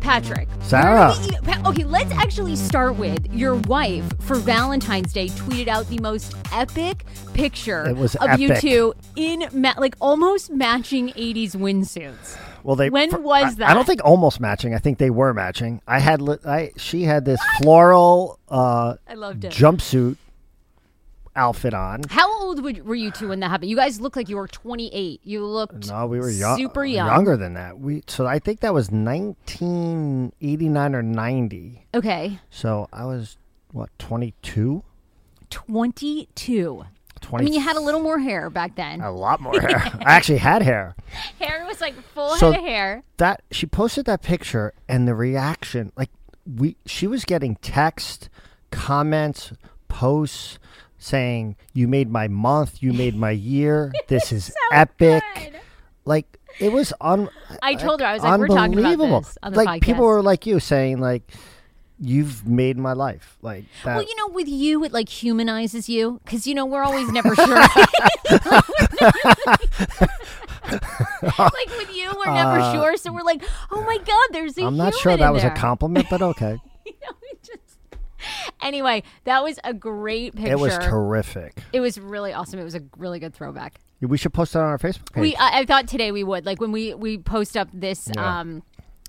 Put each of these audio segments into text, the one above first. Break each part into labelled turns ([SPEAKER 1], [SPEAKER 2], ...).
[SPEAKER 1] Patrick. where
[SPEAKER 2] Sarah.
[SPEAKER 1] are the e- Pa- okay, let's actually start with your wife for Valentine's Day tweeted out the most epic picture
[SPEAKER 2] It was
[SPEAKER 1] of you
[SPEAKER 2] epic.
[SPEAKER 1] two in ma- like almost matching 80s windsuits.
[SPEAKER 2] Well, they.
[SPEAKER 1] When was
[SPEAKER 2] I, I don't
[SPEAKER 1] that?
[SPEAKER 2] think almost matching. I think they were matching. I had. Li- I she had this floral uh,
[SPEAKER 1] I loved it.
[SPEAKER 2] jumpsuit outfit on.
[SPEAKER 1] How old would, were you two when that happened? You guys looked like you were 28. You looked
[SPEAKER 2] No, we were young,
[SPEAKER 1] super young.
[SPEAKER 2] younger than that. We so I think that was 1989 or 90.
[SPEAKER 1] Okay,
[SPEAKER 2] So I was what 22,
[SPEAKER 1] 22.
[SPEAKER 2] 20.
[SPEAKER 1] I mean, you had a little more hair back then.
[SPEAKER 2] a lot more hair. I actually had hair.
[SPEAKER 1] Hair was like full
[SPEAKER 2] So-
[SPEAKER 1] head of hair.
[SPEAKER 2] That she posted that picture and the reaction, like we, she was getting text, comments, posts saying, "You made my month. You made my year. This is epic."
[SPEAKER 1] good.
[SPEAKER 2] Like it was un.
[SPEAKER 1] I told her I was like, we're talking
[SPEAKER 2] unbelievable.
[SPEAKER 1] about this on the
[SPEAKER 2] like
[SPEAKER 1] podcast.
[SPEAKER 2] people were like you saying like, "You've made my life." Like that.
[SPEAKER 1] Well, you know, with you, it like humanizes you because you know we're always never sure. like with you, we're never sure, so we're like, oh my god, there's a.
[SPEAKER 2] Uh, I'm not
[SPEAKER 1] human
[SPEAKER 2] sure that
[SPEAKER 1] in
[SPEAKER 2] was
[SPEAKER 1] there.
[SPEAKER 2] a compliment, but okay.
[SPEAKER 1] You know, we just- Anyway, that was a great picture.
[SPEAKER 2] it was terrific.
[SPEAKER 1] It was really awesome. It was a really good throwback.
[SPEAKER 2] We should post it on our Facebook page.
[SPEAKER 1] We I, I thought today we would like when we we post up this
[SPEAKER 2] Yeah.
[SPEAKER 1] um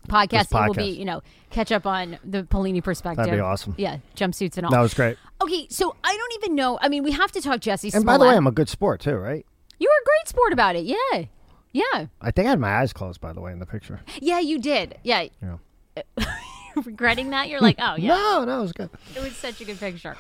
[SPEAKER 1] podcast,
[SPEAKER 2] This
[SPEAKER 1] it will be
[SPEAKER 2] podcast.
[SPEAKER 1] you know catch up on the Polini perspective.
[SPEAKER 2] awesome.
[SPEAKER 1] Yeah, jumpsuits and all.
[SPEAKER 2] that was great.
[SPEAKER 1] Okay, so I don't even know. I mean, we have to talk Jesse.
[SPEAKER 2] And by the way, I'm a good sport too, right?
[SPEAKER 1] you were a great sport about it. Yeah, yeah,
[SPEAKER 2] I think I had my eyes closed, by the way, in the picture.
[SPEAKER 1] yeah. You did. Yeah.
[SPEAKER 2] Yeah.
[SPEAKER 1] Regretting that, you're like, oh yeah, Oh,
[SPEAKER 2] No, no, it was good.
[SPEAKER 1] it was such a good picture.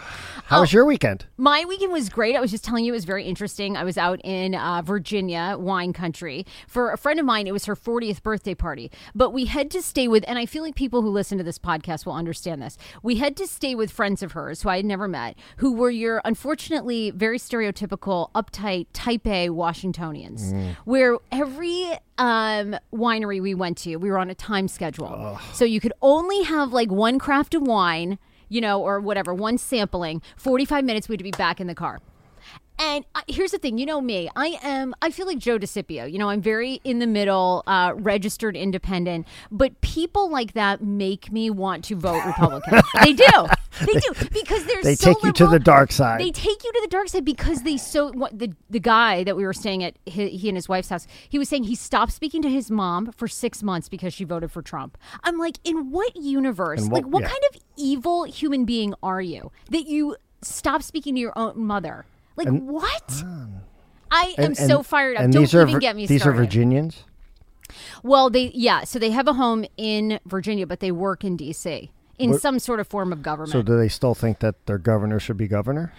[SPEAKER 2] How was your weekend?
[SPEAKER 1] My weekend was great. I was just telling you it was very interesting. I was out in uh, Virginia, wine country, for a friend of mine. It was her 40th birthday party, but we had to stay with, and I feel like people who listen to this podcast will understand this. We had to stay with friends of hers who I had never met, who were your unfortunately very stereotypical, uptight, type A Washingtonians, where every um, winery we went to, we were on a time schedule. So you could only have like one craft of wine you know, or whatever, one sampling, 45 minutes, we had to be back in the car. And I, here's the thing, you know me. I am. I feel like Joe DiCipio. You know, I'm very in the middle, uh, registered independent. But people like that make me want to vote Republican. they do. They do because they're
[SPEAKER 2] They
[SPEAKER 1] so
[SPEAKER 2] take you to the
[SPEAKER 1] liberal.
[SPEAKER 2] dark side.
[SPEAKER 1] They take you to the dark side because they so what the the guy that we were staying at he, he and his wife's house. He was saying he stopped speaking to his mom for six months because she voted for Trump. I'm like, in what universe?
[SPEAKER 2] In what-
[SPEAKER 1] like, what
[SPEAKER 2] yeah.
[SPEAKER 1] kind of evil human being are you that you stop speaking to your own mother? Like what? I am
[SPEAKER 2] And-
[SPEAKER 1] so
[SPEAKER 2] and-
[SPEAKER 1] fired up.
[SPEAKER 2] and
[SPEAKER 1] Don't
[SPEAKER 2] these are
[SPEAKER 1] even
[SPEAKER 2] Vir-
[SPEAKER 1] get me
[SPEAKER 2] These
[SPEAKER 1] started.
[SPEAKER 2] are Virginians.
[SPEAKER 1] Well, they yeah. So they have a home in Virginia, but they work in D.C. in some sort of form of government.
[SPEAKER 2] So do they still think that their governor should be governor?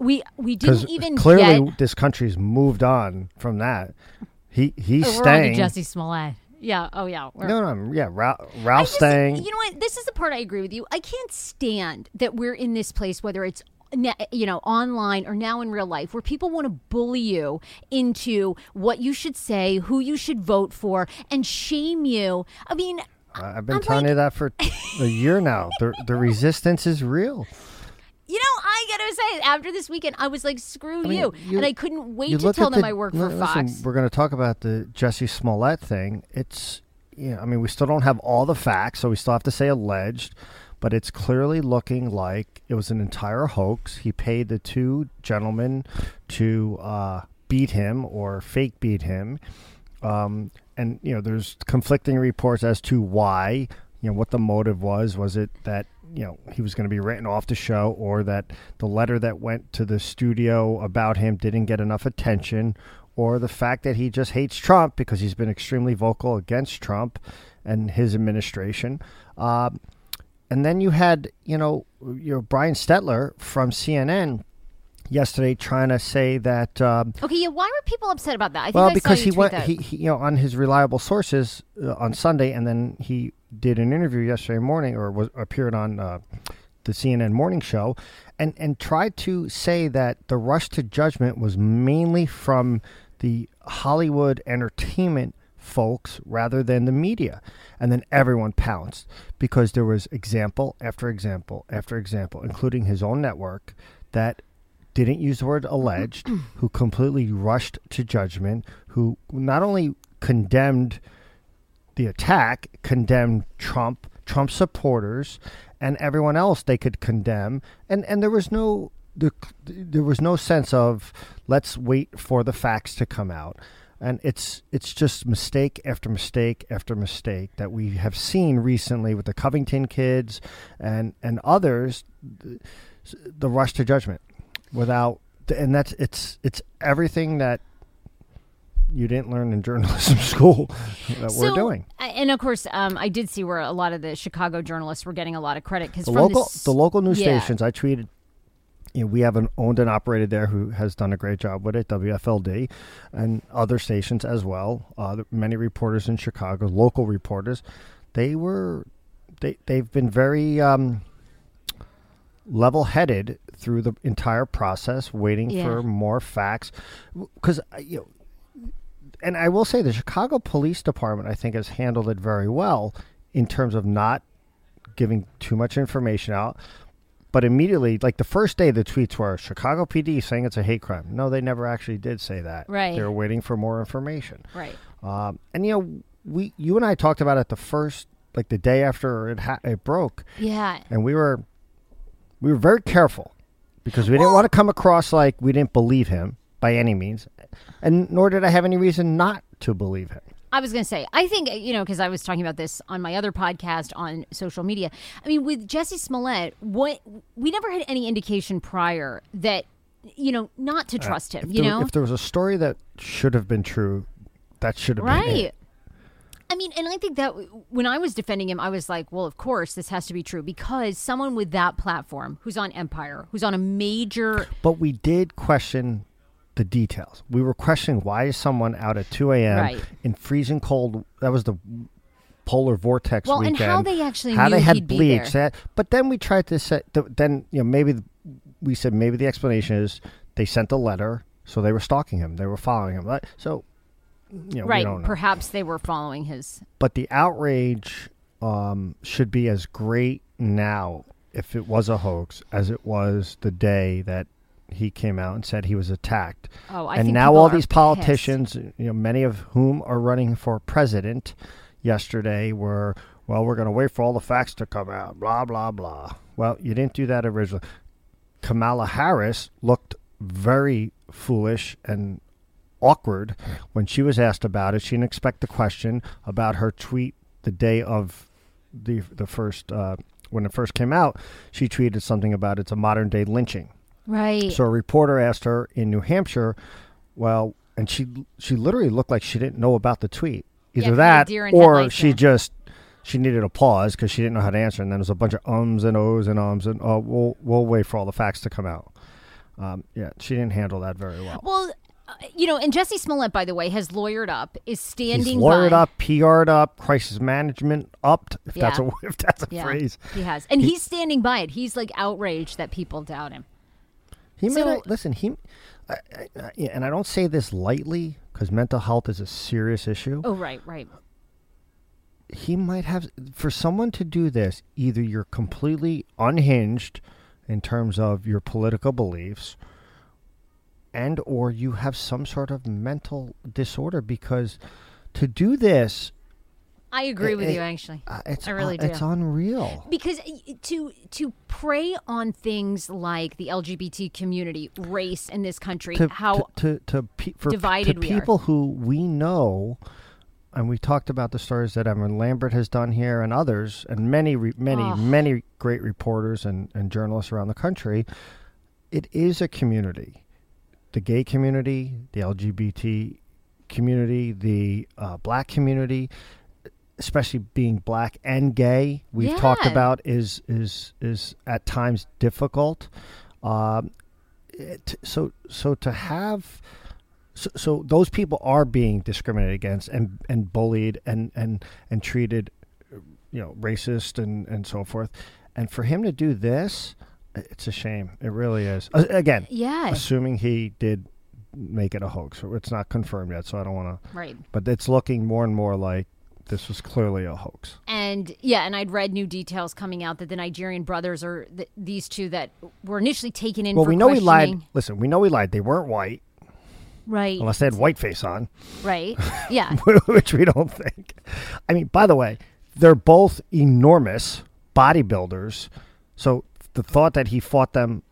[SPEAKER 1] we we
[SPEAKER 2] Because
[SPEAKER 1] didn't even
[SPEAKER 2] clearly
[SPEAKER 1] get
[SPEAKER 2] this country's moved on from that. He he's
[SPEAKER 1] Oh, We're on
[SPEAKER 2] staying.
[SPEAKER 1] to Jesse Smollett. Yeah. Oh, yeah. We're,
[SPEAKER 2] no, no, yeah, Ralph,
[SPEAKER 1] I
[SPEAKER 2] Ralph
[SPEAKER 1] just-
[SPEAKER 2] staying.
[SPEAKER 1] You know what? This is the part I agree with you. I can't stand that we're in this place, whether it's ne- you know online or now in real life, where people want to bully you into what you should say, who you should vote for, and shame you. I mean,
[SPEAKER 2] I- I've been telling you that for a year now. The, the resistance is real.
[SPEAKER 1] you know, I gotta say, after this weekend, I was like, "Screw
[SPEAKER 2] mean,
[SPEAKER 1] you,"
[SPEAKER 2] you-
[SPEAKER 1] and I couldn't wait
[SPEAKER 2] you
[SPEAKER 1] to
[SPEAKER 2] look
[SPEAKER 1] tell
[SPEAKER 2] at
[SPEAKER 1] them
[SPEAKER 2] the-
[SPEAKER 1] I work
[SPEAKER 2] li-
[SPEAKER 1] for
[SPEAKER 2] listen,
[SPEAKER 1] Fox.
[SPEAKER 2] We're going to talk about the Jesse Smollett thing. It's, you know, I mean, we still don't have all the facts, so we still have to say alleged, but it's clearly looking like it was an entire hoax. He paid the two gentlemen to uh, beat him or fake beat him. Um, and, you know, there's conflicting reports as to why, you know, what the motive was. Was it that, you know, he was going to be written off the show or that the letter that went to the studio about him didn't get enough attention or the fact that he just hates Trump because he's been extremely vocal against Trump and his administration. Um, and then you had, you know, you know, Brian Stetler from CNN yesterday trying to say that um,
[SPEAKER 1] Okay, yeah. Why were people upset about that? I think I
[SPEAKER 2] well,
[SPEAKER 1] saw
[SPEAKER 2] because
[SPEAKER 1] you
[SPEAKER 2] he
[SPEAKER 1] tweet
[SPEAKER 2] went,
[SPEAKER 1] that.
[SPEAKER 2] he, he, you know, on his reliable sources uh, on Sunday, and then he did an interview yesterday morning, or was appeared on uh, the CNN morning show, and and tried to say that the rush to judgment was mainly from the Hollywood entertainment folks rather than the media, and then everyone pounced because there was example after example after example, including his own network that didn't use the word alleged, who completely rushed to judgment, who not only condemned the attack condemned Trump, Trump supporters, and everyone else they could condemn, and and there was no there, there was no sense of let's wait for the facts to come out. And it's it's just mistake after mistake after mistake that we have seen recently with the Covington kids and and others, th- the rush to judgment, without and that's it's it's everything that you didn't learn in journalism school that we're
[SPEAKER 1] So,
[SPEAKER 2] doing.
[SPEAKER 1] I- And of course, um, I did see where a lot of the Chicago journalists were getting a lot of credit because
[SPEAKER 2] The
[SPEAKER 1] from
[SPEAKER 2] local
[SPEAKER 1] this,
[SPEAKER 2] the local news
[SPEAKER 1] yeah.
[SPEAKER 2] stations I tweeted you know, we have an owned and operated there who has done a great job with it, WFLD, and other stations as well. Uh, there- many reporters in Chicago, local reporters, they were, they they've been very um, level-headed through the entire process, waiting
[SPEAKER 1] Yeah.
[SPEAKER 2] for more facts. Because you know, and I will say the Chicago Police Department, I think, has handled it very well in terms of not giving too much information out. But immediately, like the first day, the tweets were Chicago PD saying it's a hate crime. No, they never actually did say that.
[SPEAKER 1] Right.
[SPEAKER 2] They were waiting for more information.
[SPEAKER 1] right?
[SPEAKER 2] Um, and you know, we you and I talked about it the first, like the day after it ha- it broke,
[SPEAKER 1] Yeah,
[SPEAKER 2] and we were we were very careful because we didn't want to come across like we didn't believe him by any means, and nor did I have any reason not to believe him.
[SPEAKER 1] I was going to say, I think, uh, you know, because I was talking about this on my other podcast on social media. I mean, with Jesse Smollett, what we never had any indication prior that, you know, not to trust him,
[SPEAKER 2] Uh, If
[SPEAKER 1] you
[SPEAKER 2] there-
[SPEAKER 1] know?
[SPEAKER 2] if there was a story that should have been true, that should have been it.
[SPEAKER 1] Right. I mean, and I think that w- when I was defending him, I was like, well, of course, this has to be true because someone with that platform who's on Empire, who's on a major.
[SPEAKER 2] But we did question the details. We were questioning why is someone out at 2 a.m.
[SPEAKER 1] Right.
[SPEAKER 2] in freezing cold. That was the polar vortex
[SPEAKER 1] Well, and
[SPEAKER 2] weekend.
[SPEAKER 1] how they actually
[SPEAKER 2] how
[SPEAKER 1] knew
[SPEAKER 2] they had
[SPEAKER 1] he'd be
[SPEAKER 2] bleach.
[SPEAKER 1] there.
[SPEAKER 2] That, but then we tried to say th- then you know maybe th- we said maybe the explanation is they sent a letter, so they were stalking him, they were following him. Right? So you know, we
[SPEAKER 1] Right.
[SPEAKER 2] don't know.
[SPEAKER 1] Perhaps they were following his.
[SPEAKER 2] but the outrage um, should be as great now if it was a hoax as it was the day that he came out and said he was attacked.
[SPEAKER 1] Oh, I
[SPEAKER 2] and
[SPEAKER 1] think
[SPEAKER 2] now
[SPEAKER 1] people
[SPEAKER 2] all
[SPEAKER 1] are
[SPEAKER 2] these politicians, you know, many of whom are running for president, yesterday were well, we're going to wait for all the facts to come out. Blah blah blah. Well, you didn't do that originally. Kamala Harris looked very foolish and awkward when she was asked about it. She didn't expect the question about her tweet the day of the the first uh, when it first came out. She tweeted something about it's a modern day lynching.
[SPEAKER 1] Right.
[SPEAKER 2] So a reporter asked her in New Hampshire, well, and she she literally looked like she didn't know about the tweet.
[SPEAKER 1] Yeah,
[SPEAKER 2] Either
[SPEAKER 1] 'cause
[SPEAKER 2] that
[SPEAKER 1] the deer in
[SPEAKER 2] or
[SPEAKER 1] headlights,
[SPEAKER 2] she
[SPEAKER 1] yeah.
[SPEAKER 2] just she needed a pause because she didn't know how to answer, and then there was a bunch of ums and ohs and ums and oh, we'll we'll wait for all the facts to come out. Um, yeah, she didn't handle that very well.
[SPEAKER 1] Well, uh, you know, and Jesse Smollett, by the way, has lawyered up, is standing
[SPEAKER 2] He's lawyered
[SPEAKER 1] by.
[SPEAKER 2] up, PR'd up, crisis management upped. If that's
[SPEAKER 1] Yeah.
[SPEAKER 2] a if that's a
[SPEAKER 1] Yeah,
[SPEAKER 2] phrase,
[SPEAKER 1] he has, and he's standing by it. He's like outraged that people doubt him.
[SPEAKER 2] He
[SPEAKER 1] So-
[SPEAKER 2] may not, listen. He, I, I, I, yeah, and I don't say this lightly because mental health is a serious issue.
[SPEAKER 1] Oh, right, right.
[SPEAKER 2] He might have for someone to do this. Either you're completely unhinged in terms of your political beliefs, and or you have some sort of mental disorder because to do this,
[SPEAKER 1] I agree
[SPEAKER 2] It-
[SPEAKER 1] with
[SPEAKER 2] it-
[SPEAKER 1] you, actually,
[SPEAKER 2] uh, it's
[SPEAKER 1] I really
[SPEAKER 2] un- it's
[SPEAKER 1] do.
[SPEAKER 2] unreal.
[SPEAKER 1] because uh, to to prey on things like the LGBT community, race in this country,
[SPEAKER 2] to,
[SPEAKER 1] how
[SPEAKER 2] to, to, to pe- for
[SPEAKER 1] divided
[SPEAKER 2] to
[SPEAKER 1] we are.
[SPEAKER 2] people who we know and we talked about the stories that Evan Lambert has done here and others and many re- many
[SPEAKER 1] Ugh.
[SPEAKER 2] many great reporters and, and journalists around the country it is a community the gay community the LGBT community the uh, black community especially being black and gay we've talked
[SPEAKER 1] Yeah.
[SPEAKER 2] about is is is at times difficult um, it, so so to have so, so those people are being discriminated against and and bullied and and and treated you know racist and and so forth and for him to do this it's a shame it really is A- again
[SPEAKER 1] yeah,
[SPEAKER 2] assuming he did make it a hoax it's not confirmed yet so i don't want to
[SPEAKER 1] right.
[SPEAKER 2] but it's looking more and more like this was clearly a hoax
[SPEAKER 1] And yeah, and I'd read new details coming out that the Nigerian brothers are th- these two that were initially taken in.
[SPEAKER 2] well
[SPEAKER 1] for
[SPEAKER 2] we know he lied
[SPEAKER 1] questioning.
[SPEAKER 2] listen we know he lied they weren't white
[SPEAKER 1] Right.
[SPEAKER 2] unless they had whiteface on,
[SPEAKER 1] Right. Yeah.
[SPEAKER 2] which we don't think. I mean, by the way, they're both enormous bodybuilders. So the thought that he fought them,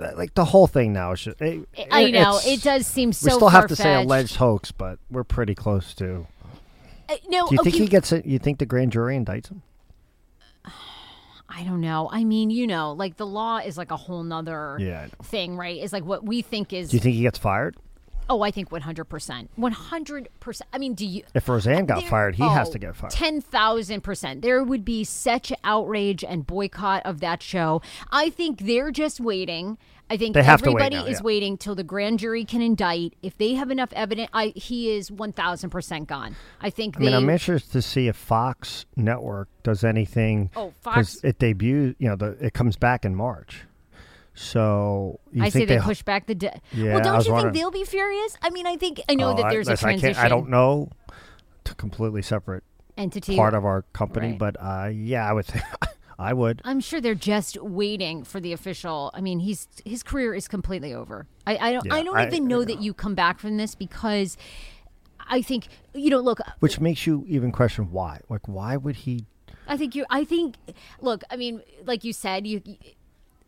[SPEAKER 2] like the whole thing now is just. it-
[SPEAKER 1] I know.
[SPEAKER 2] it's-
[SPEAKER 1] It does seem so
[SPEAKER 2] We still have to say
[SPEAKER 1] far-fetched.
[SPEAKER 2] alleged hoax, but we're pretty close to.
[SPEAKER 1] Uh, no,
[SPEAKER 2] Do you
[SPEAKER 1] okay.
[SPEAKER 2] think he gets it? You think the grand jury indicts him?
[SPEAKER 1] I don't know. I mean, you know, like the law is like a whole nother
[SPEAKER 2] Yeah, I know.
[SPEAKER 1] thing, right? Is like what we think is
[SPEAKER 2] Do you think he gets fired?
[SPEAKER 1] oh, I think one hundred percent. One hundred percent I mean, do you
[SPEAKER 2] If Roseanne got
[SPEAKER 1] There-
[SPEAKER 2] fired, he has
[SPEAKER 1] oh,
[SPEAKER 2] to get fired.
[SPEAKER 1] 10,000%. There would be such outrage and boycott of that show. I think they're just waiting. I think
[SPEAKER 2] They have to wait
[SPEAKER 1] everybody
[SPEAKER 2] now,
[SPEAKER 1] is
[SPEAKER 2] yeah.
[SPEAKER 1] waiting till the grand jury can indict. If they have enough evidence, I, he is 1,000% gone. I think
[SPEAKER 2] I mean,
[SPEAKER 1] they.
[SPEAKER 2] I'm interested to see if Fox Network does anything.
[SPEAKER 1] Oh,
[SPEAKER 2] 'cause
[SPEAKER 1] Fox-
[SPEAKER 2] It debuts, you know, the, it comes back in March. So you
[SPEAKER 1] I
[SPEAKER 2] think
[SPEAKER 1] say they,
[SPEAKER 2] they
[SPEAKER 1] push back the. De-
[SPEAKER 2] Yeah,
[SPEAKER 1] well,
[SPEAKER 2] I
[SPEAKER 1] don't
[SPEAKER 2] was
[SPEAKER 1] you think
[SPEAKER 2] wondering.
[SPEAKER 1] they'll be furious? I mean, I think I know
[SPEAKER 2] Oh,
[SPEAKER 1] that there's a
[SPEAKER 2] listen, I can't-
[SPEAKER 1] transition
[SPEAKER 2] I, don't know. To completely separate
[SPEAKER 1] entity.
[SPEAKER 2] part of our company,
[SPEAKER 1] Right.
[SPEAKER 2] but uh, yeah, I would. Think, I would.
[SPEAKER 1] I'm sure they're just waiting for the official. I mean, he's his career is completely over. I, I don't. I
[SPEAKER 2] Yeah,
[SPEAKER 1] don't
[SPEAKER 2] I-
[SPEAKER 1] even know that you come back from this because I think you know. Look,
[SPEAKER 2] Which makes you even question why. Like, why would he?
[SPEAKER 1] I think you. I think. Look, I mean, like you said, you.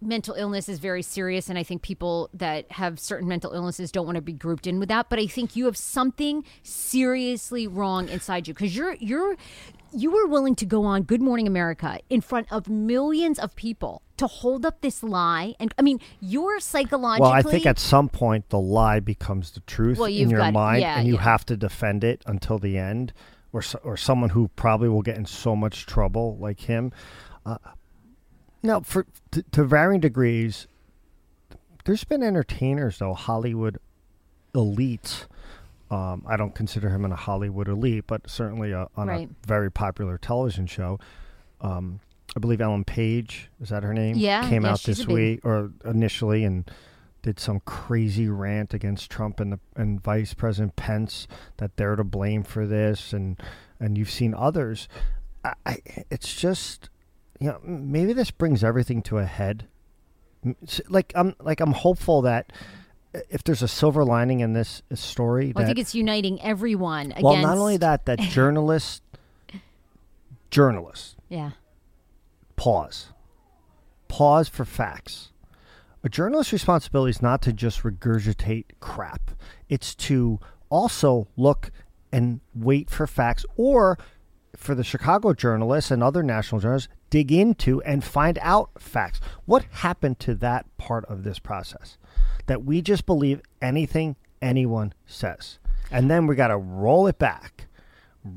[SPEAKER 1] Mental illness is very serious, and I think people that have certain mental illnesses don't want to be grouped in with that. But I think you have something seriously wrong inside you because you're you're you were willing to go on Good Morning America in front of millions of people to hold up this lie, and I mean, you're psychologically.
[SPEAKER 2] Well, I think at some point the lie becomes the truth
[SPEAKER 1] Well,
[SPEAKER 2] in
[SPEAKER 1] you've
[SPEAKER 2] your
[SPEAKER 1] got-
[SPEAKER 2] mind,
[SPEAKER 1] yeah,
[SPEAKER 2] and you
[SPEAKER 1] yeah.
[SPEAKER 2] have to defend it until the end, or so, or someone who probably will get in so much trouble, like him. Uh, now, for to, to varying degrees, there's been entertainers though, Hollywood elites. Um, I don't consider him an a Hollywood elite, but certainly a, on
[SPEAKER 1] Right.
[SPEAKER 2] a very popular television show. Um, I believe Ellen Page is that her name?
[SPEAKER 1] Yeah,
[SPEAKER 2] came
[SPEAKER 1] yeah,
[SPEAKER 2] out
[SPEAKER 1] she's a
[SPEAKER 2] this
[SPEAKER 1] big-
[SPEAKER 2] week or initially and did some crazy rant against Trump and the and Vice President Pence that they're to blame for this and and you've seen others. I, I it's just you know maybe this brings everything to a head. M- s- Like I'm like I'm hopeful that if there's a silver lining in this story,
[SPEAKER 1] Well, I
[SPEAKER 2] that
[SPEAKER 1] think it's uniting everyone against.
[SPEAKER 2] well not only that that journalists journalists
[SPEAKER 1] Yeah.
[SPEAKER 2] pause. Pause for facts. A journalist's responsibility is not to just regurgitate crap, it's to also look and wait for facts or for the Chicago journalists and other national journalists, dig into and find out facts. What happened to that part of this process? That we just believe anything anyone says. And then we got to roll it back.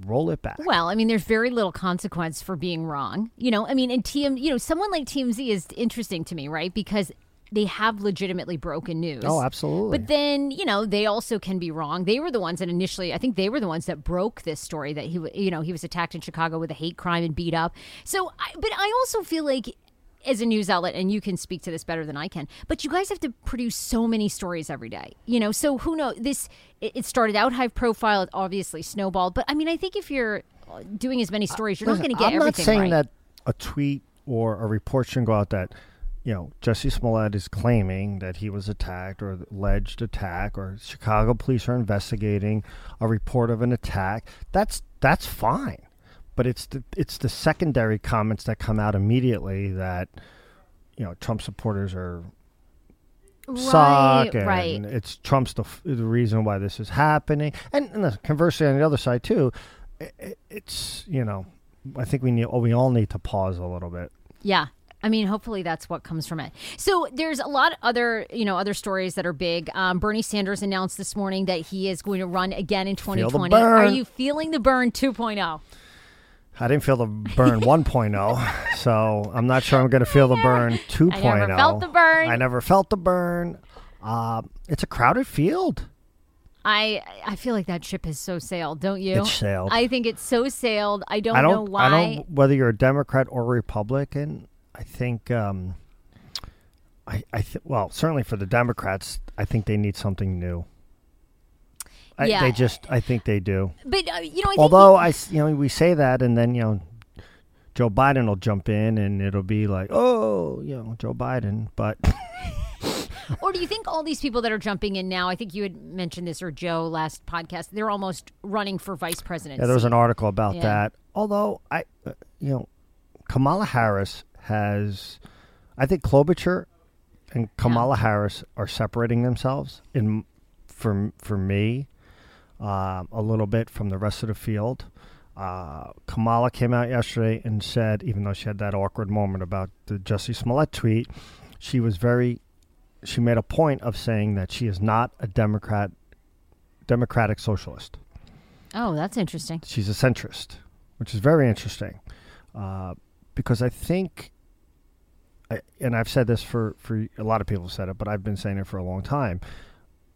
[SPEAKER 2] Roll it back.
[SPEAKER 1] Well, I mean, there's very little consequence for being wrong. You know, I mean, and TM, you know, someone like TMZ is interesting to me, right? Because they have legitimately broken news.
[SPEAKER 2] oh, absolutely.
[SPEAKER 1] But then, you know, they also can be wrong. They were the ones that initially, I think they were the ones that broke this story that he, wa- you know, he was attacked in Chicago with a hate crime and beat up. So, I, but I also feel like as a news outlet, and you can speak to this better than I can, but you guys have to produce so many stories every day, you know? So who knows? This, it, it started out high profile, it obviously snowballed. But I mean, I think if you're uh, doing as many stories, you're not
[SPEAKER 2] Listen,
[SPEAKER 1] going to get
[SPEAKER 2] I'm
[SPEAKER 1] everything
[SPEAKER 2] not saying
[SPEAKER 1] right.
[SPEAKER 2] that a tweet or a report shouldn't go out that you know Jesse Smollett is claiming that he was attacked or alleged attack or Chicago police are investigating a report of an attack. That's that's fine, but it's the it's the secondary comments that come out immediately that you know Trump supporters are
[SPEAKER 1] right,
[SPEAKER 2] suck and
[SPEAKER 1] right.
[SPEAKER 2] it's Trump's the, the reason why this is happening. And, and the- conversely, on the other side too, i i- it's you know, I think we need oh, we all need to pause a little bit.
[SPEAKER 1] Yeah. I mean, hopefully that's what comes from it. So there's a lot of other, you know, other stories that are big. Um, Bernie Sanders announced this morning that he is going to run again in
[SPEAKER 2] the
[SPEAKER 1] 2020.
[SPEAKER 2] burn.
[SPEAKER 1] Are you feeling the burn oh? 2.0?
[SPEAKER 2] I didn't feel the burn 1.0, so I'm not sure I'm going to feel the burn 2.0.
[SPEAKER 1] felt the burn.
[SPEAKER 2] I never felt the burn. Uh, it's a crowded field.
[SPEAKER 1] I I feel like that ship has so sailed, don't you?
[SPEAKER 2] It's sailed.
[SPEAKER 1] I think it's so sailed. I don't,
[SPEAKER 2] I
[SPEAKER 1] know
[SPEAKER 2] don't.
[SPEAKER 1] why.
[SPEAKER 2] I don't. Whether you're a Democrat or Republican, I think. Um, I, I th- well, certainly for the Democrats, I think they need something new. I,
[SPEAKER 1] Yeah.
[SPEAKER 2] They just, I think they do.
[SPEAKER 1] But uh, you know, I
[SPEAKER 2] Although I, s- you know, we say that, and then you know, Joe Biden will jump in, and it'll be like, oh, you know, Joe Biden. But
[SPEAKER 1] or do you think all these people that are jumping in now? I think you had mentioned this or Joe last podcast. They're almost running for vice president.
[SPEAKER 2] Yeah, there was an article about
[SPEAKER 1] Yeah.
[SPEAKER 2] that. Although I, uh, you know, Kamala Harris has, I think Klobuchar and Kamala Harris are separating themselves in, for for me, um, a little bit from the rest of the field. Uh, Kamala came out yesterday and said, even though she had that awkward moment about the Jesse Smollett tweet, she was very, she made a point of saying that she is not a Democrat, Democratic socialist
[SPEAKER 1] oh, that's interesting.
[SPEAKER 2] she's a centrist, which is very interesting, uh, because I think, I, and I've said this for for a lot of people have said it, but I've been saying it for a long time.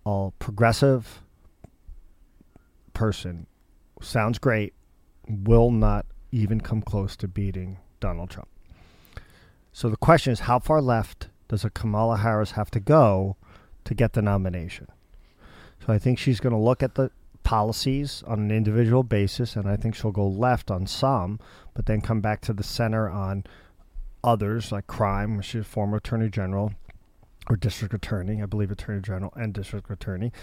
[SPEAKER 2] A progressive person sounds great, will not even come close to beating Donald Trump. So the question is, how far left does a Kamala Harris have to go to get the nomination? So I think she's going to look at the policies on an individual basis, and I think she'll go left on some, but then come back to the center on others, like crime, which is former attorney general or district attorney, I believe attorney general and district attorney.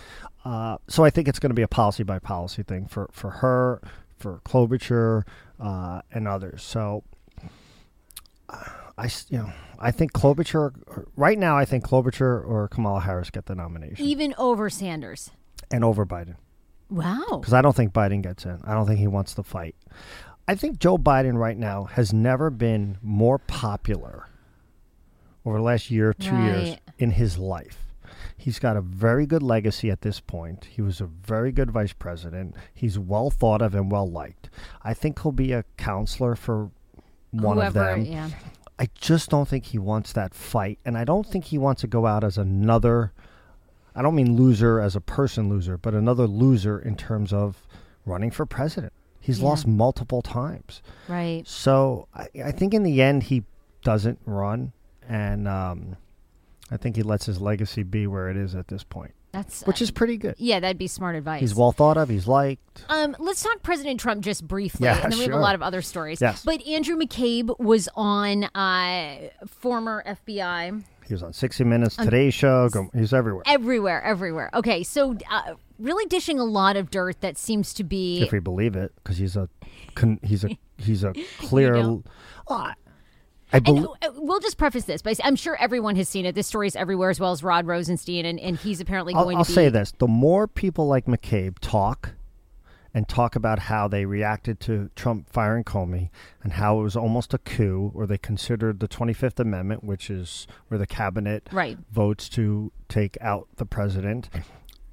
[SPEAKER 2] Uh, so I think it's going to be a policy by policy thing for, for her, for Klobuchar, uh, and others. So uh, I, s- you know, I think Klobuchar, right now, I think Klobuchar or Kamala Harris get the nomination
[SPEAKER 1] Even over Sanders.
[SPEAKER 2] and over Biden
[SPEAKER 1] Wow.
[SPEAKER 2] because I don't think Biden gets in. I don't think he wants to fight. I think Joe Biden right now has never been more popular over the last year, two years
[SPEAKER 1] Right.
[SPEAKER 2] in his life. He's got a very good legacy at this point. He was a very good vice president. He's well thought of and well liked. I think he'll be a counselor for one of
[SPEAKER 1] Whoever.
[SPEAKER 2] them.
[SPEAKER 1] Yeah.
[SPEAKER 2] I just don't think he wants that fight, and I don't think he wants to go out as another. I don't mean loser as a person loser, but another loser in terms of running for president. He's
[SPEAKER 1] Yeah.
[SPEAKER 2] lost multiple times,
[SPEAKER 1] Right.
[SPEAKER 2] so I, I think in the end he doesn't run, and um, I think he lets his legacy be where it is at this point,
[SPEAKER 1] That's. uh,
[SPEAKER 2] which is pretty good.
[SPEAKER 1] yeah, that'd be smart advice.
[SPEAKER 2] He's well thought of. He's liked.
[SPEAKER 1] Um, let's talk President Trump just briefly,
[SPEAKER 2] Yeah,
[SPEAKER 1] and then we have
[SPEAKER 2] sure.
[SPEAKER 1] a lot of other stories.
[SPEAKER 2] Yes.
[SPEAKER 1] But Andrew McCabe was on uh, former FBI
[SPEAKER 2] He was on 60 Minutes, Today Show. go- He's everywhere.
[SPEAKER 1] everywhere, everywhere. Okay, so uh, really dishing a lot of dirt that seems to be
[SPEAKER 2] if we believe it, because he's a con, he's a he's a clear.
[SPEAKER 1] know.
[SPEAKER 2] Ah, I believe.
[SPEAKER 1] Uh, We'll just preface this, but I'm sure everyone has seen it. This story is everywhere, as well as Rod Rosenstein, and, and he's apparently
[SPEAKER 2] I'll,
[SPEAKER 1] going
[SPEAKER 2] I'll
[SPEAKER 1] to be.
[SPEAKER 2] say this: the more people like McCabe talk and talk about how they reacted to Trump firing Comey and how it was almost a coup, or they considered the Twenty Fifth Amendment, which is where the cabinet
[SPEAKER 1] Right.
[SPEAKER 2] votes to take out the president.